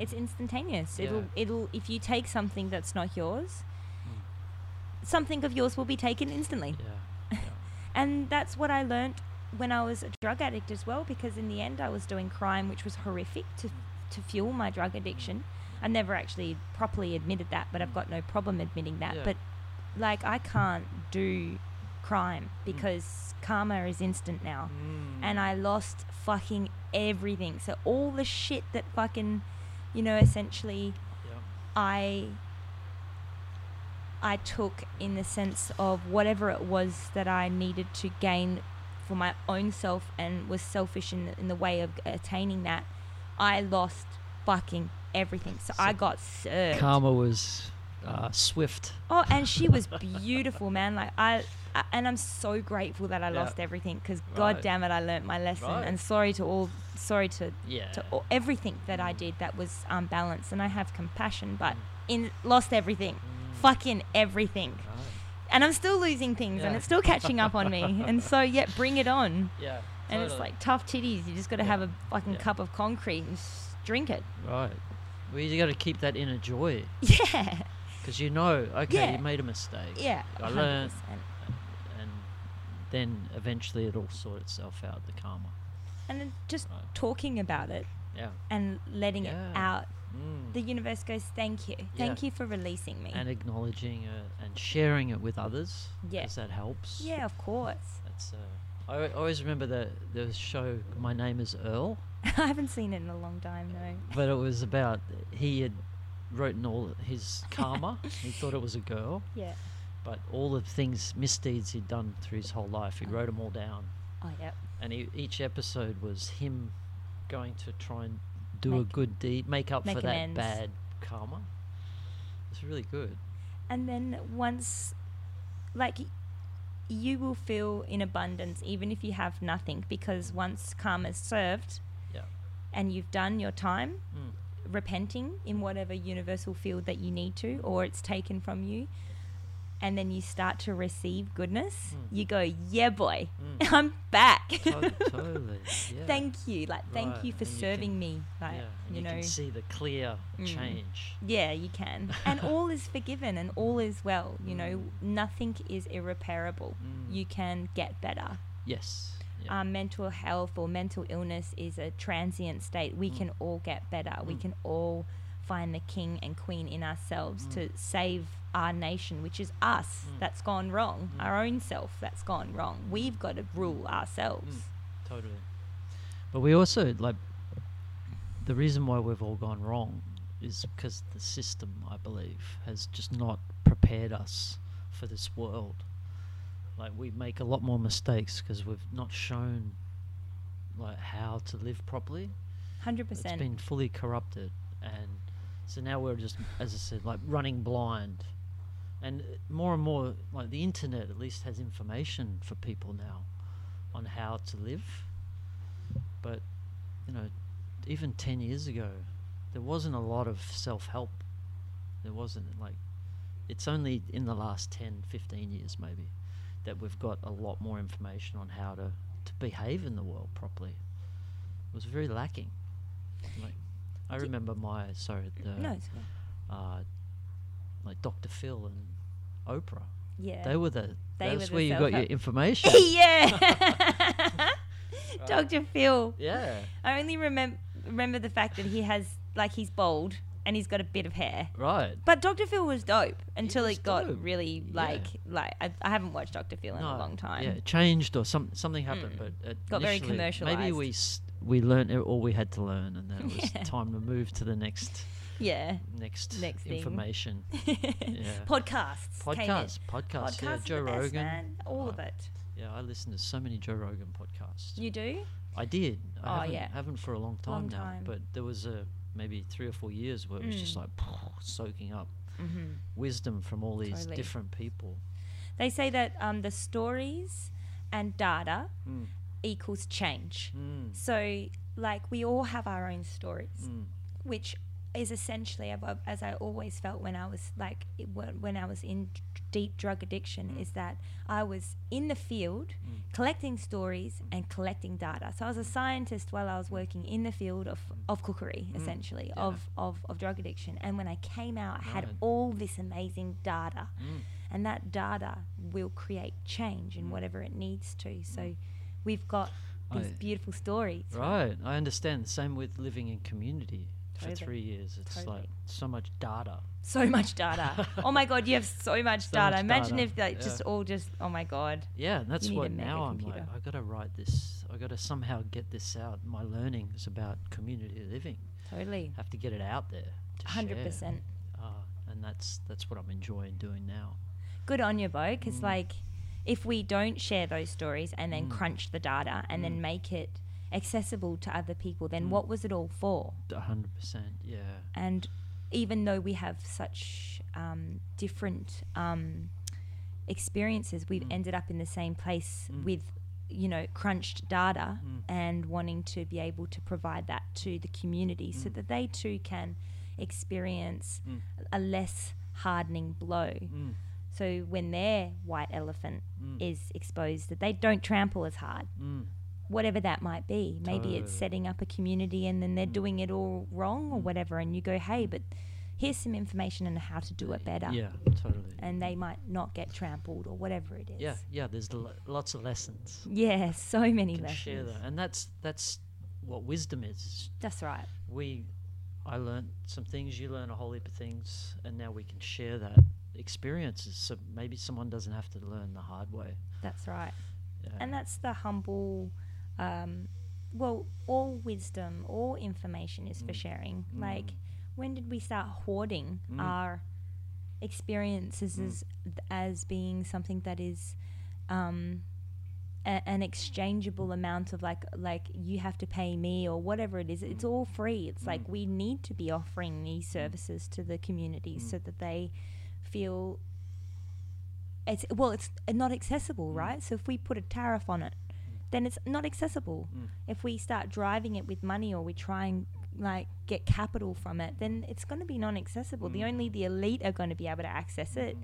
Speaker 1: It's instantaneous.
Speaker 2: Yeah.
Speaker 1: It'll it'll if you take something that's not yours, something of yours will be taken instantly.
Speaker 2: Hmm. Yeah. Yeah.
Speaker 1: And that's what I learnt when I was a drug addict as well because in the end I was doing crime which was horrific to to fuel my drug addiction.
Speaker 2: Hmm.
Speaker 1: I never actually properly admitted that, but I've got no problem admitting that.
Speaker 2: Yeah.
Speaker 1: But like I can't do crime because karma is instant
Speaker 2: Hmm.
Speaker 1: now and I lost fucking everything. So all the shit that fucking, you know, essentially
Speaker 2: yeah.
Speaker 1: I I took in the sense of whatever it was that I needed to gain for my own self and was selfish in in the way of attaining that, I lost fucking everything. So, I
Speaker 2: So-
Speaker 1: got served.
Speaker 2: Karma was uh, swift.
Speaker 1: Oh, and she was beautiful, man. Like I, I and I'm so grateful that I
Speaker 2: Yeah.
Speaker 1: lost everything because
Speaker 2: Right.
Speaker 1: god damn it, I learnt my lesson.
Speaker 2: Right.
Speaker 1: And sorry to all, sorry to
Speaker 2: Yeah.
Speaker 1: to all, everything that I
Speaker 2: Mm.
Speaker 1: did that was unbalanced, and I have compassion, but
Speaker 2: Mm.
Speaker 1: in lost everything,
Speaker 2: Mm.
Speaker 1: fucking everything,
Speaker 2: Right.
Speaker 1: and I'm still losing things, and
Speaker 2: Yeah.
Speaker 1: it's still catching up on me. And so, yeah, bring it on.
Speaker 2: Yeah.
Speaker 1: And it's
Speaker 2: totally.
Speaker 1: like tough titties. You just got to
Speaker 2: Yeah.
Speaker 1: have a fucking
Speaker 2: Yeah.
Speaker 1: cup of concrete and s- drink it.
Speaker 2: right. Well, you got to keep that inner joy
Speaker 1: Yeah,
Speaker 2: because you know, okay,
Speaker 1: Yeah.
Speaker 2: you made a mistake.
Speaker 1: yeah,
Speaker 2: I
Speaker 1: 100%.
Speaker 2: learned, and then eventually it'll sort itself out. The karma.
Speaker 1: And then just
Speaker 2: Right.
Speaker 1: talking about it
Speaker 2: Yeah.
Speaker 1: and letting
Speaker 2: Yeah.
Speaker 1: it out
Speaker 2: Mm.
Speaker 1: the universe goes, "Thank you, thank you for releasing me."
Speaker 2: and acknowledging it and sharing it with others
Speaker 1: Yeah.
Speaker 2: because that helps.
Speaker 1: yeah, of course.
Speaker 2: that's. Uh, I al- always remember the the show. My name is Earl,
Speaker 1: I haven't seen it in a long time, no.
Speaker 2: but it was about he had written all his karma. he thought it was a girl,
Speaker 1: Yeah,
Speaker 2: but all the things misdeeds he'd done through his whole life,
Speaker 1: Uh-huh.
Speaker 2: he wrote them all down,
Speaker 1: Oh, yeah.
Speaker 2: and he, each episode was him going to try and do a
Speaker 1: Make-
Speaker 2: good deed, make up
Speaker 1: make
Speaker 2: for that
Speaker 1: amends.
Speaker 2: bad karma. It's really good.
Speaker 1: And then once, like, y- you will feel in abundance even if you have nothing, because once karma's served
Speaker 2: Mm. Yeah.
Speaker 1: and you've done your time,
Speaker 2: Mm.
Speaker 1: repenting in whatever universal field that you need to, or it's taken from you, and then you start to receive goodness,
Speaker 2: Mm.
Speaker 1: you go, yeah, boy,
Speaker 2: Mm.
Speaker 1: I'm back.
Speaker 2: To- totally. Yeah.
Speaker 1: Thank you. Like, thank
Speaker 2: Right,
Speaker 1: you for
Speaker 2: and you can-
Speaker 1: serving me. Like,
Speaker 2: yeah. And
Speaker 1: you,
Speaker 2: you,
Speaker 1: know.
Speaker 2: can see the clear
Speaker 1: Mm.
Speaker 2: change.
Speaker 1: Yeah, you can. And all is forgiven and all is well. You know,
Speaker 2: Mm.
Speaker 1: nothing is irreparable.
Speaker 2: Mm.
Speaker 1: You can get better.
Speaker 2: Yes. Yeah.
Speaker 1: Um, mental health or mental illness is a transient state. We
Speaker 2: Mm.
Speaker 1: can all get better. We
Speaker 2: Mm.
Speaker 1: can all find the king and queen in ourselves
Speaker 2: Mm.
Speaker 1: to save our nation, which is us
Speaker 2: Mm.
Speaker 1: that's gone wrong,
Speaker 2: Mm.
Speaker 1: our own self that's gone wrong. We've got to rule ourselves.
Speaker 2: Mm. Totally. But we also like the reason why we've all gone wrong is because the system, I believe, has just not prepared us for this world. Like we make a lot more mistakes because we've not shown like how to live properly.
Speaker 1: 100%.
Speaker 2: It's been fully corrupted, and so now we're just, as I said, like running blind. And uh, more and more, like the internet at least has information for people now on how to live. But you know, even ten years ago, there wasn't a lot of self-help. There wasn't like, it's only in the last 10, 15 years maybe that we've got a lot more information on how to to behave in the world properly. It was very lacking. Like, I
Speaker 1: Do-
Speaker 2: remember my sorry the
Speaker 1: no, it's okay.
Speaker 2: uh, like Dr. Phil and Oprah.
Speaker 1: Yeah.
Speaker 2: They were the
Speaker 1: They were
Speaker 2: that's
Speaker 1: the
Speaker 2: where you got your
Speaker 1: self-help-
Speaker 2: information.
Speaker 1: yeah. Dr. Phil.
Speaker 2: yeah,
Speaker 1: I only remember remember the fact that he has like he's bald and he's got a bit of hair.
Speaker 2: right.
Speaker 1: But Dr. Phil was dope until
Speaker 2: was
Speaker 1: it got
Speaker 2: dope.
Speaker 1: really
Speaker 2: Yeah.
Speaker 1: like like I, I haven't watched Dr. Phil in a
Speaker 2: No,
Speaker 1: long time.
Speaker 2: Oh, Yeah, it changed or some something happened,
Speaker 1: Mm.
Speaker 2: but it
Speaker 1: Got very
Speaker 2: initially- Maybe we
Speaker 1: commercialised.
Speaker 2: s- we learned it- all we had to learn, and then it was
Speaker 1: Yeah.
Speaker 2: time to move to the next
Speaker 1: Yeah.
Speaker 2: next,
Speaker 1: Next thing.
Speaker 2: information
Speaker 1: Podcasts. came in.
Speaker 2: podcast. Podcast.
Speaker 1: Podcasts
Speaker 2: Yeah,
Speaker 1: are the
Speaker 2: Joe
Speaker 1: best,
Speaker 2: Rogan.
Speaker 1: man. All of
Speaker 2: Uh,
Speaker 1: it.
Speaker 2: Yeah, I listen to so many Joe Rogan podcasts.
Speaker 1: You do?
Speaker 2: I did. I
Speaker 1: Oh,
Speaker 2: haven't,
Speaker 1: yeah.
Speaker 2: haven't for a long time
Speaker 1: Long
Speaker 2: now.
Speaker 1: time.
Speaker 2: But there was a maybe three or four years where it was just
Speaker 1: Mm.
Speaker 2: like soaking up
Speaker 1: Mm-hmm.
Speaker 2: wisdom from all these
Speaker 1: Totally.
Speaker 2: different people.
Speaker 1: They say that um, the stories and data
Speaker 2: Hmm.
Speaker 1: equals change.
Speaker 2: Mm.
Speaker 1: So like we all have our own stories.
Speaker 2: Mm.
Speaker 1: which is essentially ab- as I always felt when I was like it- when when I was in d- deep drug addiction
Speaker 2: Mm.
Speaker 1: is that I was in the field
Speaker 2: Mm.
Speaker 1: collecting stories and collecting data. So I was a scientist while I was working in the field of, of cookery
Speaker 2: Mm.
Speaker 1: essentially
Speaker 2: Yeah.
Speaker 1: of, of of drug addiction. And when I came out, I had
Speaker 2: Right.
Speaker 1: all this amazing data,
Speaker 2: Mm.
Speaker 1: and that data will create change in
Speaker 2: Mm.
Speaker 1: whatever it needs to. So we've got these
Speaker 2: I-
Speaker 1: beautiful stories.
Speaker 2: Right, I understand. Same with living in community for
Speaker 1: Totally.
Speaker 2: three years. It's
Speaker 1: Totally.
Speaker 2: like so much data.
Speaker 1: so much data. oh my god, you have so much
Speaker 2: So
Speaker 1: data.
Speaker 2: much
Speaker 1: Imagine
Speaker 2: data,
Speaker 1: if like
Speaker 2: yeah.
Speaker 1: just all just oh my god.
Speaker 2: Yeah, and that's
Speaker 1: need a
Speaker 2: what
Speaker 1: mega
Speaker 2: now I'm
Speaker 1: computer.
Speaker 2: like. I gotta write this. I gotta somehow get this out. My learning is about community living.
Speaker 1: Totally.
Speaker 2: have to get it out there. to share.
Speaker 1: 100%.
Speaker 2: Uh, and that's that's what I'm enjoying doing now.
Speaker 1: Good on you, Bo, cuz
Speaker 2: Mm.
Speaker 1: like if we don't share those stories and then
Speaker 2: Mm.
Speaker 1: crunch the data and
Speaker 2: Mm.
Speaker 1: then make it accessible to other people, then
Speaker 2: Mm.
Speaker 1: what was it all for?
Speaker 2: A hundred percent. Yeah.
Speaker 1: And even though we have such um, different um, experiences, we've
Speaker 2: Mm.
Speaker 1: ended up in the same place
Speaker 2: Mm.
Speaker 1: with, you know, crunched data
Speaker 2: Mm.
Speaker 1: and wanting to be able to provide that to the community so
Speaker 2: Mm.
Speaker 1: that they too can experience
Speaker 2: Mm.
Speaker 1: a less hardening blow.
Speaker 2: Mm,
Speaker 1: So when their white elephant
Speaker 2: mm,
Speaker 1: is exposed, that they don't trample as hard.
Speaker 2: mm.
Speaker 1: Whatever that might be, maybe
Speaker 2: Totally.
Speaker 1: it's setting up a community and then they're
Speaker 2: Mm.
Speaker 1: doing it all wrong or
Speaker 2: Mm.
Speaker 1: whatever, and you go, hey, but here's some information on how to do it better,
Speaker 2: Yeah, totally.
Speaker 1: and they might not get trampled or whatever it is.
Speaker 2: yeah, yeah. There's l- lots of lessons.
Speaker 1: yeah, so many
Speaker 2: You can
Speaker 1: lessons.
Speaker 2: share that, and that's that's what wisdom is. is
Speaker 1: That's right.
Speaker 2: We, I learnt some things. You learn a whole heap of things, and now we can share that experiences. So maybe someone doesn't have to learn the hard way.
Speaker 1: That's right.
Speaker 2: Yeah.
Speaker 1: And that's the humble, um, well, all wisdom, all information is for
Speaker 2: Mm.
Speaker 1: sharing.
Speaker 2: Mm.
Speaker 1: Like, when did we start hoarding
Speaker 2: Mm.
Speaker 1: our experiences
Speaker 2: Mm.
Speaker 1: as as being something that is um, a, an exchangeable amount of like like you have to pay me or whatever it is. It's all free. It's like
Speaker 2: Mm.
Speaker 1: we need to be offering these services to the
Speaker 2: Mm.
Speaker 1: community so that they feel it's well it's not accessible
Speaker 2: Mm.
Speaker 1: right so if we put a tariff on it then it's not accessible
Speaker 2: Mm.
Speaker 1: if we start driving it with money or we try and like get capital from it then it's going to be non-accessible the
Speaker 2: Mm. Mm-hmm.
Speaker 1: only the elite are going to be able to access it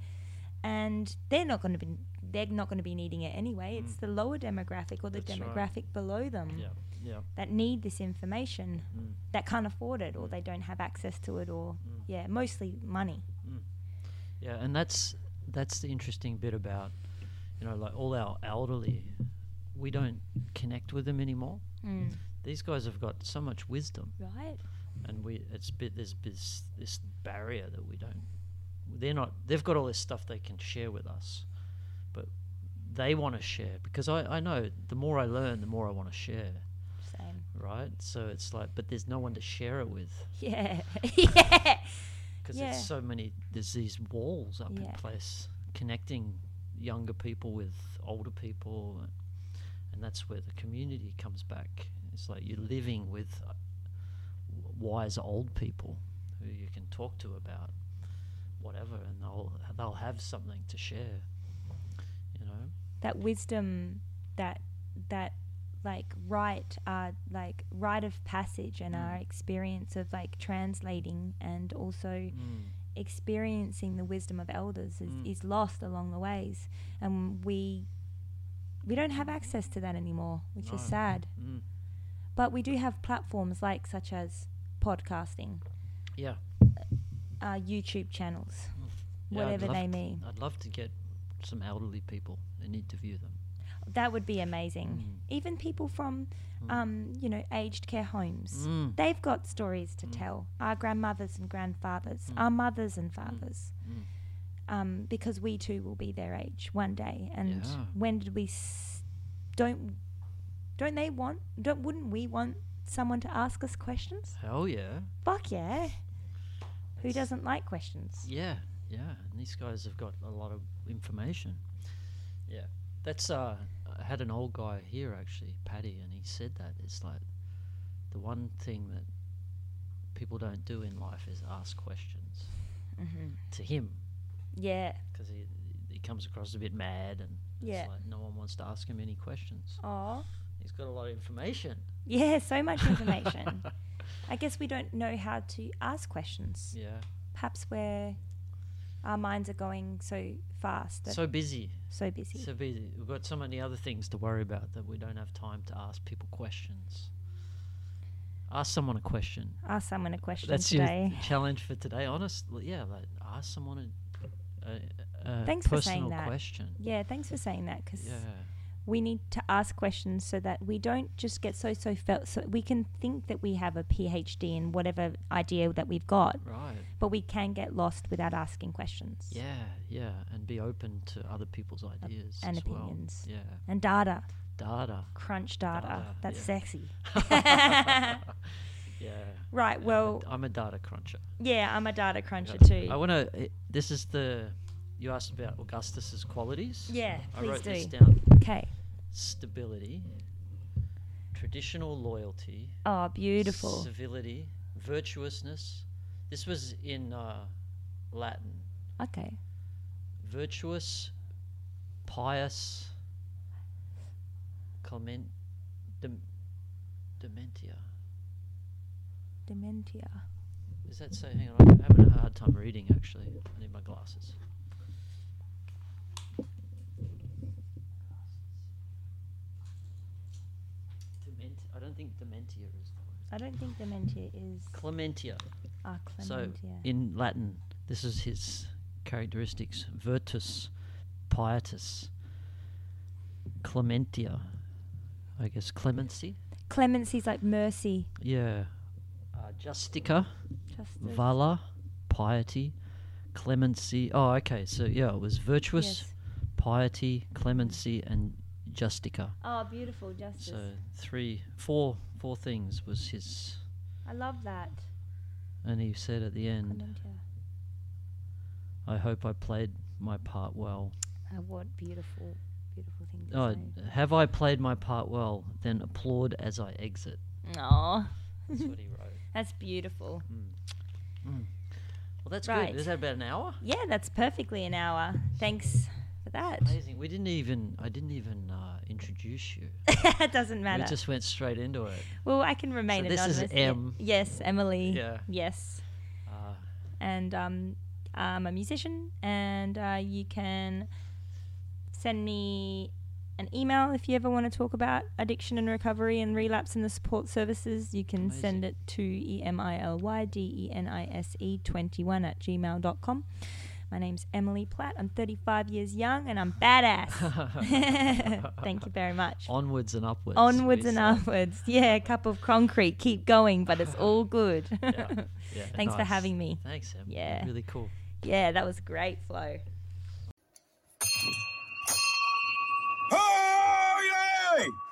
Speaker 1: and they're not going to be they're not going to be needing it anyway it's
Speaker 2: Mm.
Speaker 1: the lower demographic or the
Speaker 2: That's right.
Speaker 1: demographic below them
Speaker 2: Yeah. Yeah.
Speaker 1: that need this information
Speaker 2: Mm.
Speaker 1: that can't afford it or
Speaker 2: Mm.
Speaker 1: they don't have access to it or
Speaker 2: Mm.
Speaker 1: yeah mostly money
Speaker 2: Yeah, and that's that's the interesting bit about you know like all our elderly, we don't connect with them anymore.
Speaker 1: mm.
Speaker 2: These guys have got so much wisdom,
Speaker 1: right
Speaker 2: and we it's bit there's this this barrier that we don't. They're not. They've got all this stuff they can share with us, but they want to share because I I know the more I learn, the more I want to share.
Speaker 1: same
Speaker 2: Right, so it's like, but there's no one to share it with
Speaker 1: yeah yeah
Speaker 2: because
Speaker 1: Yeah.
Speaker 2: there's so many. There's these walls up in
Speaker 1: Yeah.
Speaker 2: place connecting younger people with older people, and that's where the community comes back. It's like you're living with uh, w- wise old people who you can talk to about whatever, and they'll they'll have something to share. You know,
Speaker 1: that wisdom that that like rite uh like rite of passage and
Speaker 2: Mm.
Speaker 1: our experience of like translating and also
Speaker 2: mm.
Speaker 1: experiencing the wisdom of elders is,
Speaker 2: Mm.
Speaker 1: is lost along the ways and we we don't have access to that anymore which
Speaker 2: No.
Speaker 1: is sad
Speaker 2: Mm.
Speaker 1: but we do have platforms like such as podcasting
Speaker 2: yeah, Mm.
Speaker 1: uh, youtube channels
Speaker 2: Yeah, I'd
Speaker 1: whatever
Speaker 2: love
Speaker 1: they
Speaker 2: to-
Speaker 1: mean
Speaker 2: I'd love to get some elderly people and interview them.
Speaker 1: that would be amazing
Speaker 2: Mm.
Speaker 1: even people from
Speaker 2: Hmm.
Speaker 1: um, you know aged care homes
Speaker 2: Mm.
Speaker 1: They've got stories to
Speaker 2: Mm.
Speaker 1: tell. Our grandmothers and grandfathers,
Speaker 2: Mm.
Speaker 1: our mothers and fathers,
Speaker 2: Mm.
Speaker 1: um, because we too will be their age one day. And
Speaker 2: Yeah.
Speaker 1: when did we? S- don't don't they want? Don't wouldn't we want someone to ask us questions?
Speaker 2: Hell yeah.
Speaker 1: Fuck yeah! Who
Speaker 2: It's-
Speaker 1: doesn't like questions?
Speaker 2: Yeah, yeah. And these guys have got a lot of information. Yeah. That's uh I had an old guy here actually, Paddy, and he said that. It's like the one thing that people don't do in life is ask questions
Speaker 1: Mm-hmm.
Speaker 2: to him
Speaker 1: Yeah.
Speaker 2: because he he comes across a bit mad and
Speaker 1: Yeah.
Speaker 2: it's like no one wants to ask him any questions.
Speaker 1: Oh.
Speaker 2: He's got a lot of information.
Speaker 1: Yeah. So much information. I guess we don't know how to ask questions.
Speaker 2: yeah.
Speaker 1: Perhaps where our minds are going so fast that
Speaker 2: So busy.
Speaker 1: so busy.
Speaker 2: So busy. We've got so many other things to worry about that we don't have time to ask people questions. Ask someone a question.
Speaker 1: Ask someone a question
Speaker 2: That's
Speaker 1: today.
Speaker 2: your challenge for today. Honestly, yeah, like ask someone a, a, a
Speaker 1: Thanks for
Speaker 2: personal
Speaker 1: saying that.
Speaker 2: question.
Speaker 1: Yeah, thanks for saying that because
Speaker 2: Yeah,
Speaker 1: we need to ask questions so that we don't just get so so felt. So we can think that we have a PhD in whatever idea that we've got,
Speaker 2: right.
Speaker 1: but we can get lost without asking questions
Speaker 2: Yeah, yeah, and be open to other people's ideas
Speaker 1: and
Speaker 2: as well.
Speaker 1: opinions
Speaker 2: Yeah,
Speaker 1: and data,
Speaker 2: data.
Speaker 1: crunch data.
Speaker 2: Data,
Speaker 1: That's
Speaker 2: yeah.
Speaker 1: sexy.
Speaker 2: yeah.
Speaker 1: Right.
Speaker 2: I'm a-
Speaker 1: Well,
Speaker 2: I'm a data cruncher.
Speaker 1: yeah, I'm a data cruncher
Speaker 2: Yeah.
Speaker 1: too.
Speaker 2: I want to. This is the. You asked about Augustus's qualities.
Speaker 1: yeah,
Speaker 2: I
Speaker 1: please
Speaker 2: wrote this
Speaker 1: do.
Speaker 2: down.
Speaker 1: Okay.
Speaker 2: Stability, traditional loyalty,
Speaker 1: Oh, beautiful.
Speaker 2: civility, virtuousness. This was in uh, Latin.
Speaker 1: Okay.
Speaker 2: Virtuous, pious, clement, dem, dementia.
Speaker 1: Dementia.
Speaker 2: Is that so? Hang on, I'm having a hard time reading actually. I need my glasses. Dement- I don't think dementia is the word.
Speaker 1: I don't think dementia is.
Speaker 2: Clementia.
Speaker 1: Ah,
Speaker 2: So
Speaker 1: clementia.
Speaker 2: in Latin, this is his characteristics: virtus, pietas, clementia. I guess clemency.
Speaker 1: Clemency's like mercy.
Speaker 2: Yeah. Uh, justica,
Speaker 1: Justice.
Speaker 2: valor, piety, clemency. Oh, okay. So yeah, it was virtuous,
Speaker 1: Yes.
Speaker 2: piety, clemency, and justica.
Speaker 1: Oh, beautiful justice.
Speaker 2: So three, four, four things was his,
Speaker 1: I love that.
Speaker 2: and he said at the end.
Speaker 1: Clementia.
Speaker 2: I I hope I played my part well.
Speaker 1: Uh, what beautiful, beautiful thing to
Speaker 2: Oh,
Speaker 1: say.
Speaker 2: have I played my part well? Then applaud as I exit.
Speaker 1: Aw,
Speaker 2: That's what he wrote.
Speaker 1: that's beautiful.
Speaker 2: Well, that's
Speaker 1: Right.
Speaker 2: good. Is that about an hour?
Speaker 1: Yeah, that's perfectly an hour. Thanks for that.
Speaker 2: Amazing. We didn't even. I didn't even uh, introduce you.
Speaker 1: It doesn't
Speaker 2: We
Speaker 1: matter.
Speaker 2: just went straight into it.
Speaker 1: well, I can remain
Speaker 2: So this
Speaker 1: anonymous.
Speaker 2: is
Speaker 1: Ye-
Speaker 2: M.
Speaker 1: Yes, Emily.
Speaker 2: Yeah.
Speaker 1: Yes.
Speaker 2: Uh,
Speaker 1: and um, I'm a musician. And uh, you can send me an email if you ever want to talk about addiction and recovery and relapse and the support services. You can send it to E emilydenice21 E at gmail.com. My name's Emily Platt. I'm 35 years young and I'm badass. Thank you very much.
Speaker 2: onwards and upwards.
Speaker 1: Onwards
Speaker 2: we
Speaker 1: and
Speaker 2: say.
Speaker 1: upwards. Yeah, cup of concrete. Keep going, but it's all good.
Speaker 2: Yeah. Yeah,
Speaker 1: Thanks for
Speaker 2: nice.
Speaker 1: having me.
Speaker 2: Thanks, Em.
Speaker 1: Yeah.
Speaker 2: Really cool.
Speaker 1: Yeah, that was great, Flo.
Speaker 3: Oh, yeah!